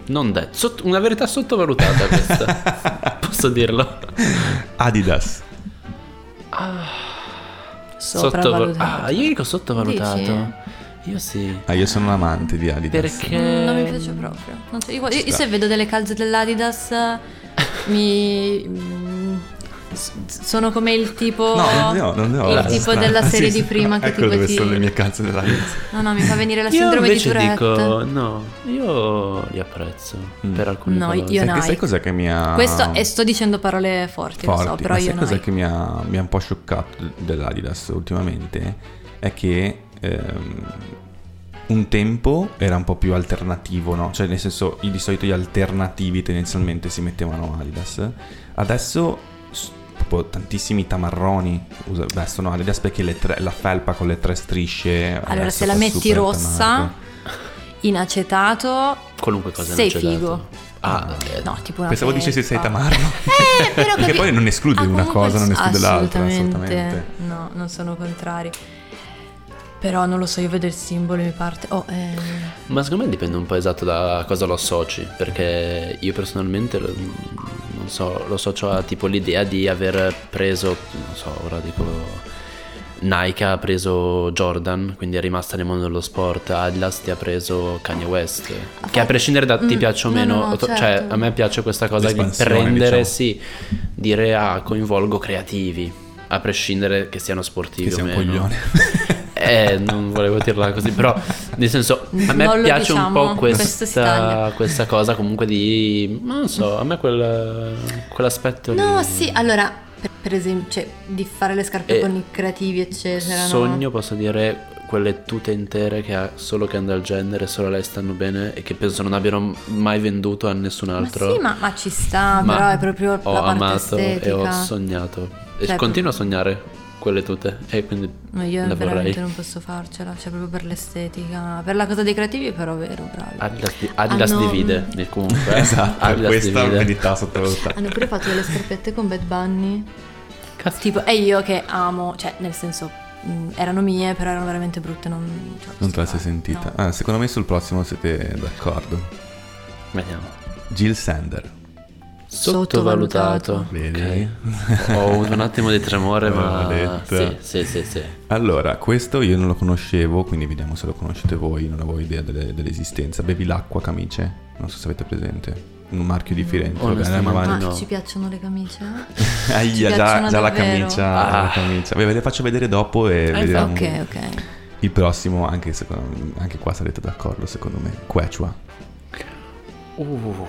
Speaker 3: Non detto. Sotto- una verità sottovalutata questa. Posso dirlo?
Speaker 1: Adidas.
Speaker 3: Sottoval-
Speaker 2: Sopravvalutato.
Speaker 3: ah, io dico sottovalutato.
Speaker 2: Dici?
Speaker 3: Io sì.
Speaker 1: Ah, io sono un amante di Adidas.
Speaker 3: Perché...
Speaker 2: Mm, Non mi piace proprio. Non so, io, io- io se vedo delle calze dell'Adidas eh, mi... mm, s- sono come il tipo...
Speaker 1: No, non ne ho, non ne ho.
Speaker 2: Il
Speaker 1: guarda,
Speaker 2: tipo
Speaker 1: strano.
Speaker 2: della serie
Speaker 1: Sì,
Speaker 2: di
Speaker 1: sì,
Speaker 2: prima che
Speaker 1: ecco
Speaker 2: tipo
Speaker 1: dove
Speaker 2: ti-
Speaker 1: sono le mie calze dell'Adidas.
Speaker 2: No, no, mi fa venire la
Speaker 3: Io
Speaker 2: sindrome di
Speaker 3: invece
Speaker 2: Tourette.
Speaker 3: dico no, io li apprezzo per alcuni
Speaker 2: Mm. No,
Speaker 3: colori.
Speaker 1: sai,
Speaker 2: io
Speaker 1: che-
Speaker 2: Nike.
Speaker 1: sai cos'è che mi ha...
Speaker 2: Questo, e sto dicendo parole forti,
Speaker 1: forti,
Speaker 2: lo so, però
Speaker 1: ma
Speaker 2: io
Speaker 1: sai
Speaker 2: no.
Speaker 1: cos'è che mi ha, mi ha un po' scioccato de- dell'Adidas ultimamente? È che ehm, un tempo era un po' più alternativo, no? Cioè nel senso i- di solito gli alternativi tendenzialmente si mettevano Adidas. Adesso s- proprio tantissimi tamarroni usa- vestono Adidas perché le tre- la felpa con le tre strisce...
Speaker 2: Allora,
Speaker 1: adesso
Speaker 2: se la
Speaker 1: fa
Speaker 2: metti
Speaker 1: super
Speaker 2: rossa,
Speaker 1: tanto.
Speaker 2: in acetato,
Speaker 3: Qualunque cosa
Speaker 2: sei
Speaker 3: non c'è
Speaker 2: figo.
Speaker 3: dato. Ah, eh,
Speaker 2: No, tipo una
Speaker 1: Pensavo
Speaker 2: festa.
Speaker 1: dicessi sei tamarro.
Speaker 2: Eh, però
Speaker 1: Perché
Speaker 2: capi-
Speaker 1: poi non esclude
Speaker 2: Ah,
Speaker 1: una
Speaker 2: comunque
Speaker 1: cosa, non
Speaker 2: s-
Speaker 1: esclude l'altra, assolutamente.
Speaker 2: No, non sono contrari. Però non lo so, io vedo il simbolo mi parte. Oh, ehm,
Speaker 3: Ma secondo me dipende un po' esatto da cosa lo associ, perché io personalmente lo- non so, lo associo a tipo l'idea di aver preso, non so, ora dico Nike ha preso Jordan, quindi è rimasta nel mondo dello sport, Adidas ti ha preso Kanye West, che a prescindere da ti
Speaker 2: Mm,
Speaker 3: piaccia o
Speaker 2: no,
Speaker 3: meno,
Speaker 2: no, no,
Speaker 3: to-
Speaker 2: certo.
Speaker 3: cioè a me piace questa cosa di
Speaker 1: L'espansione,
Speaker 3: prendere,
Speaker 1: diciamo.
Speaker 3: sì, dire ah, coinvolgo creativi, a prescindere che siano sportivi
Speaker 1: Che
Speaker 3: o
Speaker 1: sei un
Speaker 3: meno.
Speaker 1: coglione.
Speaker 3: Eh, non volevo dirla così, però nel senso a me
Speaker 2: Non lo
Speaker 3: piace un
Speaker 2: diciamo,
Speaker 3: po'
Speaker 2: questo si taglia.
Speaker 3: questa, questa cosa comunque di... non so, a me quel, quell'aspetto...
Speaker 2: No,
Speaker 3: lì-
Speaker 2: sì, allora, per, per esempio, cioè, di fare le scarpe
Speaker 3: Eh,
Speaker 2: con i creativi, eccetera. no?
Speaker 3: Sogno, posso dire, quelle tute intere che ha solo Kendall Jenner e solo a lei stanno bene e che penso non abbiano mai venduto a nessun
Speaker 2: Ma
Speaker 3: altro.
Speaker 2: sì, ma, ma ci sta,
Speaker 3: Ma
Speaker 2: però è proprio
Speaker 3: ho
Speaker 2: la parte
Speaker 3: amato
Speaker 2: estetica.
Speaker 3: e ho sognato. E
Speaker 2: Cioè,
Speaker 3: continuo a sognare quelle tute e quindi
Speaker 2: No, io
Speaker 3: le vorrei.
Speaker 2: veramente non posso farcela, cioè proprio per l'estetica. Per la cosa dei creativi, però vero, bravi.
Speaker 3: Adidas, di- Adidas
Speaker 2: Hanno-
Speaker 3: divide, eh, comunque. eh.
Speaker 1: Esatto,
Speaker 3: Adidas
Speaker 1: questa è
Speaker 3: divide.
Speaker 1: verità sottovalutata.
Speaker 2: Hanno pure fatto delle scarpette con Bad Bunny.
Speaker 3: Cazzo.
Speaker 2: Tipo, e io che amo, cioè, nel senso, mh, erano mie, però erano veramente brutte. Non, cioè,
Speaker 1: Non te la
Speaker 2: posso
Speaker 1: sei
Speaker 2: fare,
Speaker 1: sentita.
Speaker 2: no.
Speaker 1: Ah, secondo me sul prossimo siete d'accordo.
Speaker 3: Vediamo.
Speaker 1: Jill Sander.
Speaker 2: Sottovalutato.
Speaker 3: Sottovalutato.
Speaker 1: Vedi?
Speaker 3: Ok. Ho avuto un attimo di
Speaker 1: Eh,
Speaker 3: tremore, ma sì,
Speaker 1: Maledetta.
Speaker 3: sì, sì, sì.
Speaker 1: Allora, questo io non lo conoscevo, quindi vediamo se lo conoscete voi, non avevo idea delle- dell'esistenza. Bevi l'acqua camice, non so se avete presente. Un marchio di Firenze, vabbè, andiamo
Speaker 3: Onestamente
Speaker 1: avanti.
Speaker 2: Ma
Speaker 3: no.
Speaker 2: ci piacciono le camicie?
Speaker 1: Ahia,
Speaker 2: Ci
Speaker 1: Ah, già,
Speaker 2: Ah, piacciono
Speaker 1: già la
Speaker 2: davvero? Ah,
Speaker 1: camicia,
Speaker 3: Ah.
Speaker 1: la camicia. Vabbè, ve le faccio vedere dopo e
Speaker 3: infatti.
Speaker 1: vediamo
Speaker 2: ok, ok.
Speaker 1: il prossimo, anche, secondo- anche qua sarete d'accordo secondo me. Quechua.
Speaker 3: Uh,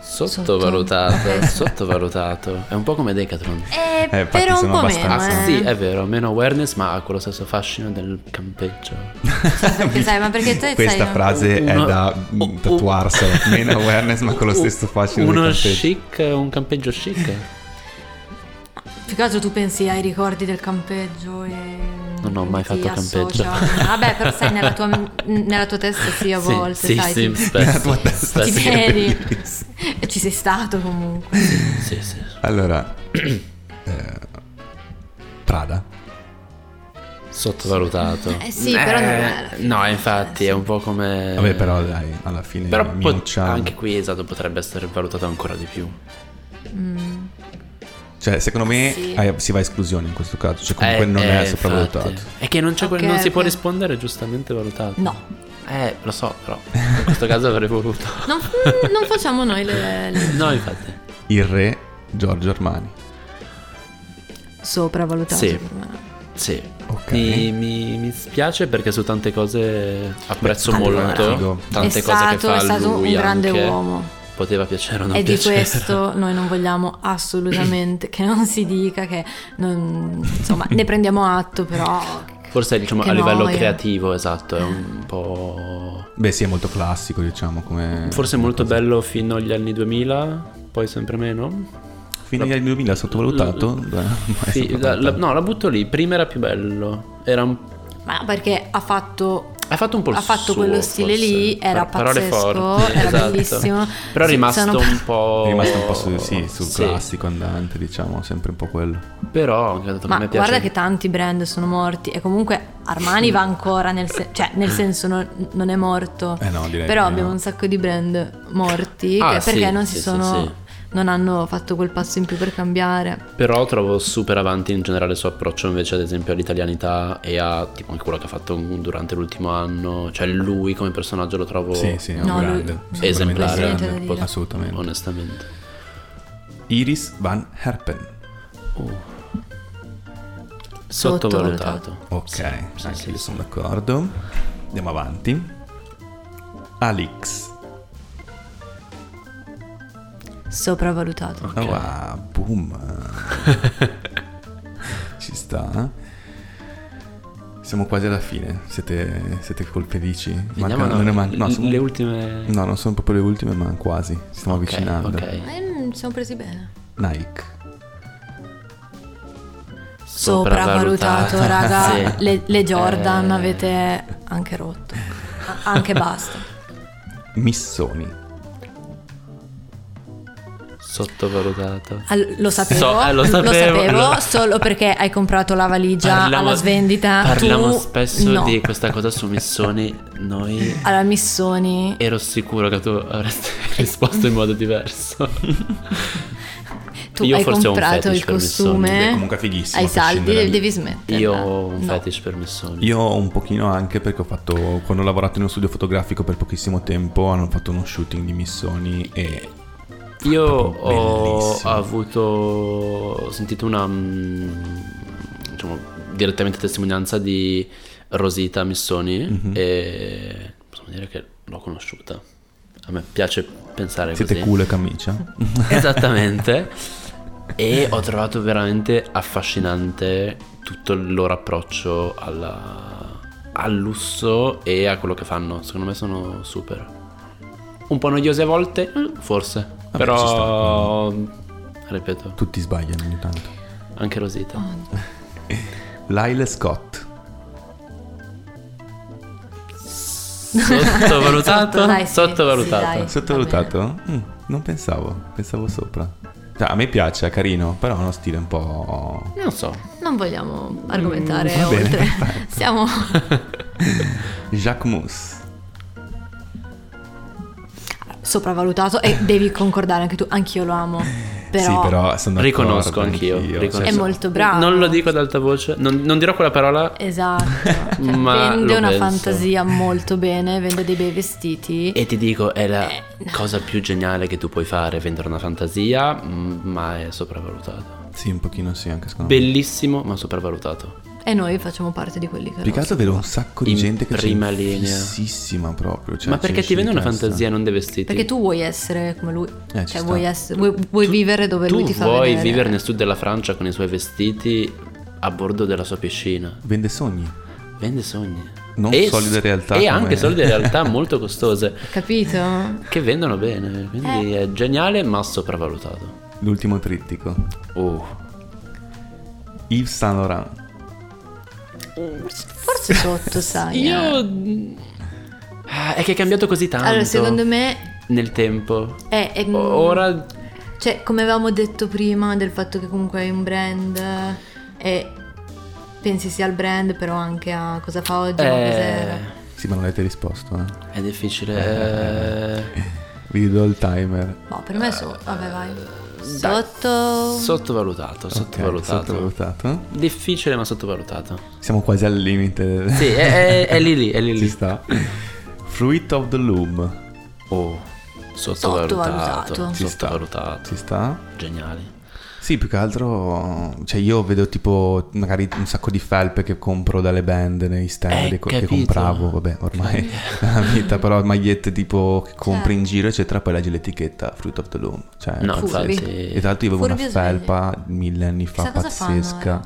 Speaker 3: sottovalutato,
Speaker 2: Sotto-
Speaker 3: sottovalutato. È un po' come Decathlon.
Speaker 2: Eh,
Speaker 1: infatti
Speaker 2: però un
Speaker 1: sono
Speaker 2: po' meno,
Speaker 1: abbastanza-
Speaker 3: Ah,
Speaker 2: eh.
Speaker 3: sì, è vero, meno awareness, ma ha quello stesso fascino del campeggio.
Speaker 2: Perché sai, ma perché te
Speaker 1: Questa
Speaker 2: Eh, sai...
Speaker 1: frase
Speaker 3: Uno-
Speaker 1: è da
Speaker 3: u-
Speaker 1: mm,
Speaker 3: u-
Speaker 1: tatuarsela. Meno awareness, ma con
Speaker 2: Uh,
Speaker 1: lo
Speaker 3: U-
Speaker 1: stesso fascino. del
Speaker 3: Uno
Speaker 1: campeggio.
Speaker 3: chic, un campeggio chic.
Speaker 2: Più che altro tu pensi ai ricordi del campeggio e...
Speaker 3: Non ho mai
Speaker 2: ti
Speaker 3: fatto campeggio.
Speaker 2: associa- Vabbè, però sai, nella tua, nella tua testa sì a
Speaker 3: Sì,
Speaker 2: volte,
Speaker 3: sì,
Speaker 2: sai,
Speaker 3: sì,
Speaker 2: ti-
Speaker 3: spesso,
Speaker 1: Nella tua testa
Speaker 2: ti
Speaker 3: spesso.
Speaker 1: sì.
Speaker 2: vedi. E ci sei stato comunque.
Speaker 3: Sì, sì.
Speaker 1: Allora, eh, Prada.
Speaker 3: Eh. Sottovalutato.
Speaker 2: Eh, sì, però non è alla fine.
Speaker 3: No, infatti,
Speaker 2: Eh,
Speaker 3: è un po' come...
Speaker 1: Vabbè, però dai, alla fine
Speaker 3: Però
Speaker 1: mi
Speaker 3: pot-
Speaker 1: minucciamo.
Speaker 3: anche qui esatto potrebbe essere valutato ancora di più.
Speaker 2: Mm.
Speaker 1: Cioè, secondo me
Speaker 2: Sì.
Speaker 1: eh, si va a esclusione in questo caso. Cioè, comunque
Speaker 3: Eh,
Speaker 1: non
Speaker 3: eh,
Speaker 1: è sopravvalutato.
Speaker 3: infatti. È che non, c'è quel-
Speaker 2: Ok,
Speaker 3: non si può
Speaker 2: ok.
Speaker 3: rispondere giustamente valutato.
Speaker 2: No,
Speaker 3: Eh, lo so, però in questo caso avrei voluto.
Speaker 2: non, mm, non facciamo noi le, le-
Speaker 3: No, infatti.
Speaker 1: Il re Giorgio Armani.
Speaker 2: sopravvalutate.
Speaker 3: Sì.
Speaker 2: per me.
Speaker 3: Sì.
Speaker 1: Ok.
Speaker 3: Mi, mi, mi spiace perché su tante cose apprezzo
Speaker 1: Beh,
Speaker 3: molto.
Speaker 1: allora,
Speaker 3: Tante
Speaker 2: è
Speaker 3: cose
Speaker 2: stato,
Speaker 3: che fa
Speaker 2: è stato
Speaker 3: lui
Speaker 2: un grande
Speaker 3: anche.
Speaker 2: uomo.
Speaker 3: Poteva piacere o non
Speaker 2: E di
Speaker 3: piacere.
Speaker 2: questo noi non vogliamo assolutamente che non si dica che non- insomma ne prendiamo atto però
Speaker 3: Forse diciamo,
Speaker 2: Che
Speaker 3: a livello
Speaker 2: noia.
Speaker 3: creativo, esatto, è un po'...
Speaker 1: Beh, sì, è molto classico, diciamo, come...
Speaker 3: Forse molto bello fino agli anni 2000, poi sempre meno.
Speaker 1: Fino agli anni 2000 sottovalutato?
Speaker 3: L-
Speaker 1: Beh, è
Speaker 3: Sì, la-
Speaker 1: sopravvalutato.
Speaker 3: la- no, la butto lì. Prima era più bello. Era un...
Speaker 2: ma perché ha fatto
Speaker 3: Ha fatto un po' il
Speaker 2: ha fatto
Speaker 3: suo,
Speaker 2: quello stile
Speaker 3: forse.
Speaker 2: lì era
Speaker 3: Pa- parole
Speaker 2: pazzesco
Speaker 3: forti,
Speaker 2: era
Speaker 3: esatto.
Speaker 2: bellissimo
Speaker 3: Però è
Speaker 2: Sì,
Speaker 3: rimasto
Speaker 2: sono-
Speaker 3: un po'...
Speaker 1: È rimasto un po' su, sì, sul
Speaker 3: Sì,
Speaker 1: classico andante, diciamo, sempre un po' quello.
Speaker 3: Però, anche detto che
Speaker 2: ma
Speaker 3: a me Esatto, piace...
Speaker 2: guarda che tanti brand sono morti e comunque Armani va ancora nel, sen- cioè,
Speaker 3: Eh.
Speaker 2: nel senso non, non è morto
Speaker 1: Eh no, direi
Speaker 2: Però
Speaker 1: di
Speaker 2: abbiamo
Speaker 1: no.
Speaker 2: un sacco di brand morti
Speaker 3: Ah,
Speaker 2: che- perché
Speaker 3: sì,
Speaker 2: non si
Speaker 3: sì, sì,
Speaker 2: sono.
Speaker 3: sì.
Speaker 2: non hanno fatto quel passo in più per cambiare.
Speaker 3: Però trovo super avanti in generale il suo approccio invece ad esempio all'italianità e a tipo anche quello che ha fatto durante l'ultimo anno. Cioè lui come personaggio lo trovo
Speaker 1: Sì, sì, è un
Speaker 2: No, lui-
Speaker 1: grande. sicuramente
Speaker 3: esemplare.
Speaker 1: grande,
Speaker 2: Sì, niente da dire.
Speaker 1: Assolutamente.
Speaker 3: Onestamente.
Speaker 1: Iris Van Herpen.
Speaker 3: Sottovalutato.
Speaker 1: Ok,
Speaker 3: Sì, sì,
Speaker 1: anche
Speaker 3: sì,
Speaker 1: io
Speaker 3: sì.
Speaker 1: sono d'accordo. Andiamo avanti. Alix.
Speaker 2: Sopravvalutato.
Speaker 3: Ok.
Speaker 1: Wow, Ah, boom. Ci sta. Siamo quasi alla fine. Siete, siete col felici?
Speaker 3: Vediamo
Speaker 1: Mancano- ne
Speaker 3: no,
Speaker 1: man- no,
Speaker 3: le-
Speaker 1: sono-
Speaker 3: le ultime...
Speaker 1: no, non sono proprio le ultime, ma quasi. Ci stiamo
Speaker 3: Ok,
Speaker 1: avvicinando.
Speaker 3: ok.
Speaker 2: Eh, mm, siamo presi bene.
Speaker 1: Nike.
Speaker 2: Sopravvalutato, raga.
Speaker 3: Sì.
Speaker 2: Le, le Jordan
Speaker 3: Eh,
Speaker 2: avete anche rotto. A- Anche basta.
Speaker 1: Missoni.
Speaker 3: Sottovalutata.
Speaker 2: Al- lo, sapevo,
Speaker 3: So- eh, lo sapevo, allora.
Speaker 2: solo perché hai comprato la valigia alla svendita.
Speaker 3: Parliamo
Speaker 2: tu
Speaker 3: spesso
Speaker 2: no.
Speaker 3: di questa cosa su Missoni. Noi
Speaker 2: Allora, Missoni,
Speaker 3: ero sicuro che tu avresti risposto in modo diverso.
Speaker 2: tu
Speaker 3: io
Speaker 2: hai
Speaker 3: forse ho un
Speaker 2: comprato
Speaker 3: fetish
Speaker 2: il
Speaker 3: per Missoni,
Speaker 2: costume.
Speaker 1: è comunque fighissimo,
Speaker 2: Hai
Speaker 1: a
Speaker 2: saldi,
Speaker 1: prescindere.
Speaker 2: devi, devi smetterla.
Speaker 3: Io ho un
Speaker 2: No.
Speaker 3: fetish per Missoni.
Speaker 1: Io un pochino anche perché ho fatto, quando ho lavorato in uno studio fotografico per pochissimo tempo, hanno fatto uno shooting di missioni e...
Speaker 3: Io
Speaker 1: Proprio
Speaker 3: ho
Speaker 1: bellissimo.
Speaker 3: avuto, ho sentito una, mm, diciamo, direttamente testimonianza di Rosita Missoni
Speaker 1: Mhm.
Speaker 3: e possiamo dire che l'ho conosciuta. A me piace pensare
Speaker 1: Siete
Speaker 3: così.
Speaker 1: culo e camicia?
Speaker 3: Esattamente. e ho trovato veramente affascinante tutto il loro approccio alla- al lusso e a quello che fanno. Secondo me sono super. Un po' noiosi a volte, eh, forse.
Speaker 1: ci sta,
Speaker 3: Però, ripeto,
Speaker 1: Tutti sbagliano ogni tanto.
Speaker 3: anche Rosita.
Speaker 2: Oh,
Speaker 1: Lyle Scott.
Speaker 3: Sottovalutato?
Speaker 2: Sotto, dai, sì, sì,
Speaker 3: sottovalutato.
Speaker 2: dai.
Speaker 1: Sottovalutato? Mm, non pensavo, pensavo sopra. Cioè, a me piace, è carino, però ha uno stile un po'...
Speaker 3: non so.
Speaker 2: Non vogliamo argomentare
Speaker 1: Mm, va bene,
Speaker 2: oltre. Siamo
Speaker 1: Jacques Mousse.
Speaker 2: sopravvalutato e devi concordare anche tu, anch'io lo amo. Però,
Speaker 1: sì, però sono d'accordo
Speaker 3: Riconosco anch'io,
Speaker 1: cioè,
Speaker 3: riconosco.
Speaker 2: è molto bravo.
Speaker 3: Non lo dico ad alta voce, non, non dirò quella parola.
Speaker 2: Esatto, cioè,
Speaker 3: Ma
Speaker 2: vende
Speaker 3: lo
Speaker 2: una
Speaker 3: penso.
Speaker 2: fantasia molto bene, vende dei bei vestiti.
Speaker 3: E ti dico, è la
Speaker 2: Eh,
Speaker 3: cosa più geniale che tu puoi fare, vendere una fantasia, m- ma è sopravvalutato.
Speaker 1: Sì, un pochino sì, anche secondo me.
Speaker 3: Bellissimo, ma sopravvalutato.
Speaker 2: E noi facciamo parte di quelli che
Speaker 1: Più che altro vedo un sacco di
Speaker 3: In
Speaker 1: gente che
Speaker 3: prima
Speaker 1: c'è
Speaker 3: linea.
Speaker 1: fississima proprio. cioè,
Speaker 3: ma
Speaker 1: c'è
Speaker 3: perché ti vende una
Speaker 1: in testa.
Speaker 3: fantasia, non dei vestiti?
Speaker 2: Perché tu vuoi essere come lui,
Speaker 1: Eh, ci sta.
Speaker 2: cioè vuoi, essere- vuoi- vuoi
Speaker 3: Tu-
Speaker 2: vivere dove
Speaker 3: tu
Speaker 2: lui ti fa
Speaker 3: vuoi
Speaker 2: vedere.
Speaker 3: vivere nel sud della Francia con i suoi vestiti a bordo della sua piscina.
Speaker 1: Vende sogni.
Speaker 3: Vende sogni.
Speaker 1: Non solide realtà
Speaker 3: E
Speaker 1: come-
Speaker 3: anche solide realtà molto costose.
Speaker 2: Capito?
Speaker 3: Che vendono bene. Quindi
Speaker 2: Eh.
Speaker 3: è geniale, ma sopravvalutato.
Speaker 1: L'ultimo trittico.
Speaker 3: Oh.
Speaker 1: Yves Saint Laurent.
Speaker 2: Forse sotto, sai. eh.
Speaker 3: Io. Ah, È che è cambiato così tanto.
Speaker 2: Allora, secondo me
Speaker 3: Nel tempo.
Speaker 2: è... è- mm,
Speaker 3: O- Ora
Speaker 2: Cioè, come avevamo detto prima del fatto che comunque hai un brand eh, e pensi sia al brand, però anche a cosa fa oggi, ma cos'era.
Speaker 3: eh,
Speaker 1: Sì, ma non avete risposto. Eh.
Speaker 3: è eh, difficile.
Speaker 1: Vi do il timer.
Speaker 2: No, Boh, per me è
Speaker 3: Eh,
Speaker 2: sotto. Vabbè, vai. Sotto...
Speaker 3: Sottovalutato,
Speaker 1: Ok,
Speaker 3: sottovalutato.
Speaker 1: sottovalutato.
Speaker 3: Difficile ma sottovalutato.
Speaker 1: Siamo quasi al limite.
Speaker 3: Sì, è, è- è lì lì, è lì
Speaker 1: Ci
Speaker 3: lì.
Speaker 1: sta. Fruit of the Loom.
Speaker 3: Oh, sottovalutato.
Speaker 2: Sottovalutato.
Speaker 1: Ci sta.
Speaker 3: Sottovalutato.
Speaker 1: Ci sta?
Speaker 3: Geniale.
Speaker 1: Sì, più che altro, cioè io vedo tipo magari un sacco di felpe che compro dalle band nei
Speaker 3: Eh,
Speaker 1: stand che- che
Speaker 3: capito.
Speaker 1: compravo, vabbè, ormai è la vita, però magliette tipo che compri
Speaker 2: Certo.
Speaker 1: in giro, eccetera, poi leggi l'etichetta Fruit of the Loom. Cioè,
Speaker 3: No,
Speaker 2: Furbi.
Speaker 1: E
Speaker 3: infatti.
Speaker 1: tra l'altro io avevo
Speaker 2: Furbi
Speaker 1: una
Speaker 2: o svegli?
Speaker 1: felpa mille anni fa
Speaker 2: Chissà cosa
Speaker 1: pazzesca.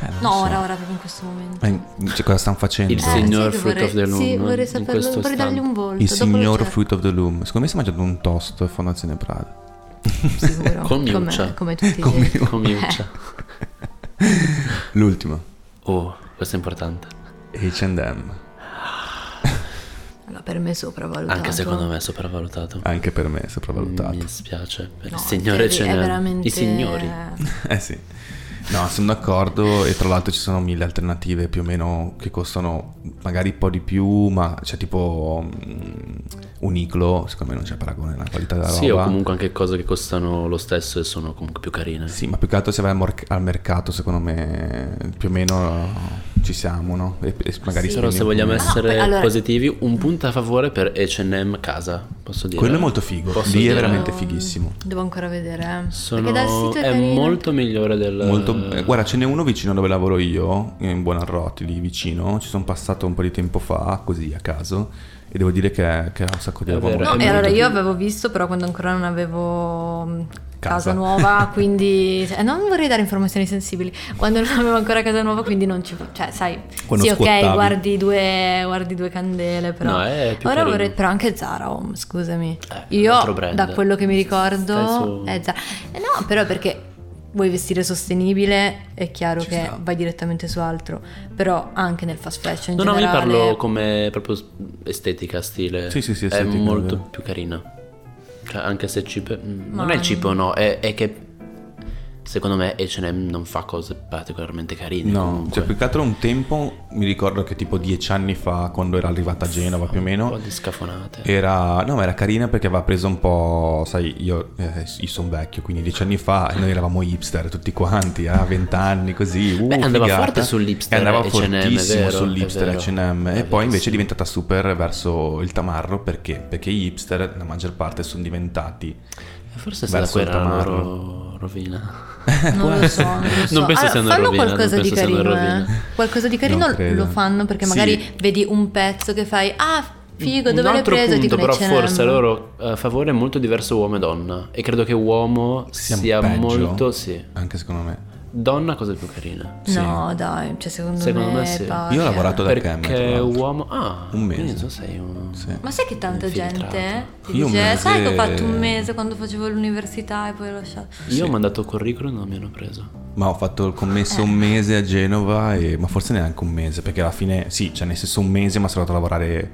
Speaker 1: Eh, non
Speaker 2: No,
Speaker 1: so.
Speaker 2: ora, ora, proprio in questo momento.
Speaker 1: Eh, cioè, cosa stanno facendo?
Speaker 3: Il
Speaker 2: Eh, sai
Speaker 3: signor
Speaker 2: che
Speaker 3: Fruit
Speaker 2: vorrei-
Speaker 3: of the Loom,
Speaker 2: Sì,
Speaker 3: in
Speaker 2: vorrei saperlo,
Speaker 3: questo
Speaker 2: vorrei dargli
Speaker 3: istante.
Speaker 2: un volto.
Speaker 1: Il
Speaker 2: dopo lo
Speaker 1: signor
Speaker 2: cerco.
Speaker 1: Fruit of the Loom. Secondo me si è mangiato un toast Fondazione Prada.
Speaker 2: Sicuro.
Speaker 3: Con
Speaker 2: Come-
Speaker 3: Miuccia.
Speaker 2: Come, tutti
Speaker 1: Con
Speaker 2: i
Speaker 1: Miuccia.
Speaker 3: Comincia.
Speaker 2: Eh.
Speaker 1: L'ultimo.
Speaker 3: Oh, questo è importante.
Speaker 1: H&M.
Speaker 2: Allora, per me è sopravvalutato.
Speaker 3: Anche secondo me è sopravvalutato.
Speaker 1: Anche per me è
Speaker 3: Mi
Speaker 1: Eh, sopravvalutato.
Speaker 3: dispiace. per
Speaker 2: No,
Speaker 3: il signore
Speaker 2: è-
Speaker 3: ce
Speaker 2: è
Speaker 3: n'è.
Speaker 2: veramente...
Speaker 3: I signori.
Speaker 1: Eh sì. No, sono d'accordo e tra l'altro ci sono mille alternative più o meno che costano magari un po' di più, ma c'è tipo mm, un Iclo, secondo me non c'è paragone nella qualità della
Speaker 3: Sì,
Speaker 1: roba.
Speaker 3: o comunque anche cose che costano lo stesso e sono comunque più carine.
Speaker 1: Sì, ma più che altro se vai al, mor- al mercato, secondo me più o meno eh, ci siamo, no? E, e magari
Speaker 2: Sì.
Speaker 3: Però
Speaker 1: spendi un
Speaker 3: se
Speaker 1: po'
Speaker 3: vogliamo
Speaker 1: meno.
Speaker 2: essere
Speaker 3: essere
Speaker 2: poi, allora-
Speaker 3: positivi, un punto a favore per H&M casa, posso dire.
Speaker 1: Quello è molto figo,
Speaker 3: Posso
Speaker 1: lì è
Speaker 3: dire-
Speaker 1: veramente fighissimo.
Speaker 2: Devo ancora vedere. eh.
Speaker 3: Sono...
Speaker 2: Perché dal sito
Speaker 3: È,
Speaker 2: è, carino.
Speaker 3: molto migliore del...
Speaker 1: Molto- eh, guarda, ce n'è uno vicino dove lavoro io, in Buonarroti, lì vicino. Ci sono passato un po' di tempo fa, così a caso, e devo dire che, che ha un sacco di
Speaker 3: È
Speaker 1: roba.
Speaker 3: vero,
Speaker 1: molto
Speaker 2: No,
Speaker 3: è
Speaker 2: e allora
Speaker 1: figa.
Speaker 2: io avevo visto, però quando ancora non avevo mh,
Speaker 1: Casa.
Speaker 2: casa nuova, quindi cioè, non vorrei dare informazioni sensibili. Quando non avevo ancora casa nuova, quindi non ci cioè, sai,
Speaker 1: Quando
Speaker 2: sì,
Speaker 1: scuotavi.
Speaker 2: ok, guardi due, guardi due candele, però
Speaker 3: No, è più
Speaker 2: ora
Speaker 3: carino.
Speaker 2: vorrei però anche Zara Home, scusami.
Speaker 3: Eh, un altro
Speaker 2: io
Speaker 3: brand.
Speaker 2: da quello che mi
Speaker 3: Stai
Speaker 2: ricordo
Speaker 3: su-
Speaker 2: è Zara. Eh, no, però perché vuoi vestire sostenibile, è chiaro
Speaker 1: Ci
Speaker 2: che
Speaker 1: sta.
Speaker 2: vai direttamente su altro, però anche nel fast fashion in
Speaker 3: No, no, io
Speaker 2: generale
Speaker 3: parlo come proprio estetica, stile.
Speaker 1: Sì, sì, sì,
Speaker 3: È
Speaker 1: estetica,
Speaker 3: molto
Speaker 1: vero.
Speaker 3: più carina. Cioè, anche se cheap. mm,
Speaker 2: Ma-
Speaker 3: Non è cheap o no, è, è che secondo me H&M non fa cose particolarmente carine.
Speaker 1: No,
Speaker 3: comunque.
Speaker 1: cioè più che altro un tempo mi ricordo che tipo dieci anni fa, quando era arrivata a Genova più o
Speaker 3: Un po'
Speaker 1: meno,
Speaker 3: di scafonate.
Speaker 1: era, no, ma era carina perché aveva preso un po', sai, io, eh, io sono vecchio, quindi dieci anni fa noi eravamo hipster tutti quanti, a vent'anni così. Uh,
Speaker 3: Beh, andava
Speaker 1: figata.
Speaker 3: forte sull'hipster
Speaker 1: E andava
Speaker 3: H&M,
Speaker 1: fortissimo
Speaker 3: è vero,
Speaker 1: sull'hipster
Speaker 3: è vero.
Speaker 1: H&M
Speaker 3: È
Speaker 1: e
Speaker 3: vero,
Speaker 1: poi invece
Speaker 3: sì.
Speaker 1: è diventata super verso il tamarro perché? Perché gli hipster, la maggior parte, sono diventati...
Speaker 3: Forse è stata
Speaker 1: verso il
Speaker 3: quella la
Speaker 1: tamarro.
Speaker 3: loro rovina.
Speaker 2: Non lo so, non lo so.
Speaker 3: Eh, Non penso
Speaker 2: Allora,
Speaker 3: sia una
Speaker 2: fanno
Speaker 3: rovina, non
Speaker 2: qualcosa di
Speaker 3: penso sia una
Speaker 2: carino, eh.
Speaker 3: rovina.
Speaker 2: Qualcosa di carino
Speaker 1: Non credo.
Speaker 2: lo fanno perché
Speaker 1: Sì.
Speaker 2: magari vedi un pezzo che fai, ah, figo, dove
Speaker 3: Un
Speaker 2: l'hai
Speaker 3: altro
Speaker 2: preso? E
Speaker 3: punto,
Speaker 2: dicono
Speaker 3: però
Speaker 2: "H&M".
Speaker 3: forse a loro eh, favore è molto diverso uomo e donna. E credo che uomo
Speaker 1: Sia
Speaker 3: sia,
Speaker 1: un peggio.
Speaker 3: molto... Sì.
Speaker 1: Anche secondo me.
Speaker 3: Donna cosa è più carina?
Speaker 1: Sì.
Speaker 2: No, dai, cai secondo,
Speaker 3: Secondo
Speaker 2: me,
Speaker 3: me sì.
Speaker 2: paga.
Speaker 1: Io ho lavorato da Cam. tra
Speaker 3: Perché
Speaker 1: l'altro.
Speaker 3: uomo... Ah,
Speaker 1: Un mese.
Speaker 3: quindi tu sei un...
Speaker 1: Sì.
Speaker 2: Ma sai che tanta
Speaker 3: Infiltrato.
Speaker 2: gente eh, ti
Speaker 1: Io un
Speaker 2: dice, sai che ho
Speaker 1: mese-
Speaker 2: fatto un mese quando facevo l'università e poi ho lasciato.
Speaker 3: Io ho mandato curriculum e non mi hanno preso.
Speaker 1: Ma ho fatto il commesso un mese a Genova, e- ma forse neanche un mese, perché alla fine, sì, cioè nel senso un mese, ma sono andato a lavorare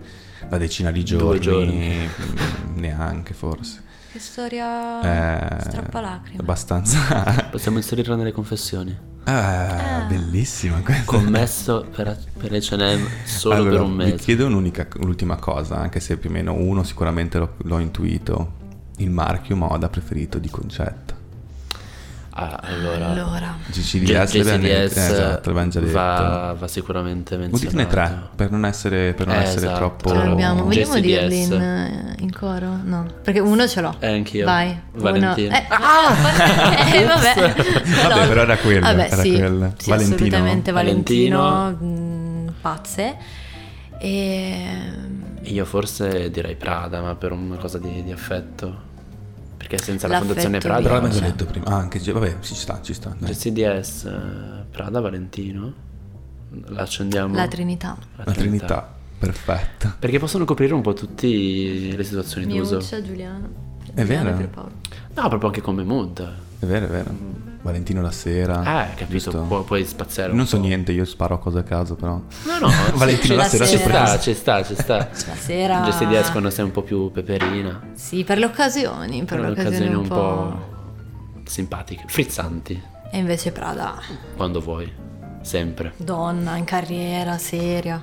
Speaker 1: la decina di giorni.
Speaker 3: Due giorni.
Speaker 1: mm, Neanche forse.
Speaker 2: Che storia
Speaker 1: Eh,
Speaker 2: Oh, strappalacrime.
Speaker 1: Abbastanza.
Speaker 3: Possiamo inserirla nelle confessioni.
Speaker 1: Ah, Bellissima questa.
Speaker 3: Commesso per, per H&M solo
Speaker 1: Allora,
Speaker 3: per un
Speaker 1: Vi
Speaker 3: mese.
Speaker 1: chiedo un'unica, l'ultima cosa, anche se più o meno uno sicuramente l'ho, l'ho intuito. Il marchio moda preferito di Concetta.
Speaker 3: Ah, allora...
Speaker 2: allora,
Speaker 1: GCDS,
Speaker 3: G-
Speaker 1: l'abbiamo- eh,
Speaker 3: GCDS
Speaker 1: esatto, l'abbiamo già detto.
Speaker 3: va, va sicuramente
Speaker 1: Ma
Speaker 3: menzionato.
Speaker 1: ditene tre, per non essere, per non
Speaker 3: Eh,
Speaker 1: essere
Speaker 3: esatto.
Speaker 1: troppo...
Speaker 2: ce l'abbiamo. Vogliamo
Speaker 3: JCBS.
Speaker 2: dirli in, in coro? No, perché uno ce l'ho.
Speaker 3: Eh, anch'io.
Speaker 2: Vai.
Speaker 3: Valentina.
Speaker 2: Uno. Eh, ah, eh, vabbè.
Speaker 1: Vabbè,
Speaker 2: No.
Speaker 1: però era quello,
Speaker 2: Vabbè,
Speaker 1: era
Speaker 2: sì,
Speaker 1: quello.
Speaker 2: sì,
Speaker 1: Valentino.
Speaker 2: assolutamente Valentino.
Speaker 3: Valentino.
Speaker 2: mm, pazze. E... mm, eh.
Speaker 3: Io forse direi Prada, ma per una cosa di, di affetto. Perché senza la fondazione
Speaker 2: L'affetto
Speaker 1: Però
Speaker 3: Prada...
Speaker 1: l'abbiamo già
Speaker 2: Cioè.
Speaker 1: detto prima. Ah, anche G- Vabbè, ci sta, ci sta. dai.
Speaker 3: GCDS, eh, Prada, Valentino. La accendiamo.
Speaker 2: La Trinità.
Speaker 1: La Trinità, perfetto.
Speaker 3: Perché possono coprire un po' tutte le situazioni d'uso.
Speaker 2: Miuccia, Giuliano.
Speaker 1: È
Speaker 2: Giuliano
Speaker 1: vero?
Speaker 2: e Pierpaolo.
Speaker 3: No, proprio anche come mood.
Speaker 1: È vero, è vero. Valentino la sera.
Speaker 3: Eh, capito,
Speaker 1: Ah, giusto?
Speaker 3: pu- puoi spaziare un
Speaker 1: Non so
Speaker 3: po'.
Speaker 1: niente, io sparo a cose a caso, però.
Speaker 3: No, no, sì,
Speaker 1: Valentino
Speaker 2: c'è
Speaker 1: la
Speaker 2: la
Speaker 1: sera
Speaker 2: sera.
Speaker 1: c'è
Speaker 3: ci sta,
Speaker 1: presto.
Speaker 3: ci sta, ci sta.
Speaker 2: La sera-
Speaker 3: GCDS quando sei un po' più peperina.
Speaker 2: Sì, per le occasioni, per,
Speaker 3: Per
Speaker 2: le
Speaker 3: occasioni
Speaker 2: occasioni
Speaker 3: un po' simpatiche, frizzanti,
Speaker 2: E invece Prada,
Speaker 3: quando vuoi, sempre.
Speaker 2: donna in carriera, seria,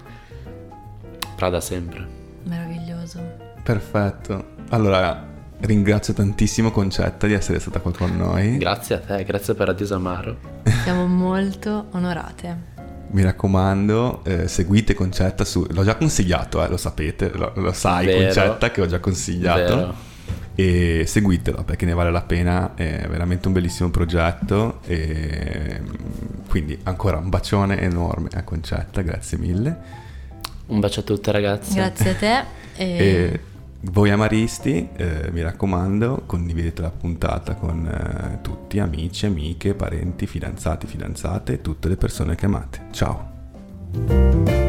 Speaker 3: Prada sempre.
Speaker 2: meraviglioso.
Speaker 1: Perfetto. Allora, ringrazio tantissimo Concetta di essere stata qua con noi.
Speaker 3: Grazie a te, grazie a Paradiso Amaro.
Speaker 2: Siamo molto onorate.
Speaker 1: Mi raccomando, eh, seguite Concetta su... L'ho già consigliato, eh, lo sapete, lo, lo sai
Speaker 3: Vero.
Speaker 1: Concetta Ah, che ho già consigliato.
Speaker 3: Vero.
Speaker 1: E seguitelo perché ne vale la pena, è veramente un bellissimo progetto. E quindi ancora un bacione enorme a Concetta, grazie mille.
Speaker 3: Un bacio a tutte ragazze.
Speaker 2: Grazie a te. E...
Speaker 1: E voi amaristi, eh, mi raccomando, condividete la puntata con eh, tutti, amici, amiche, parenti, fidanzati, fidanzate, tutte le persone che amate. Ciao!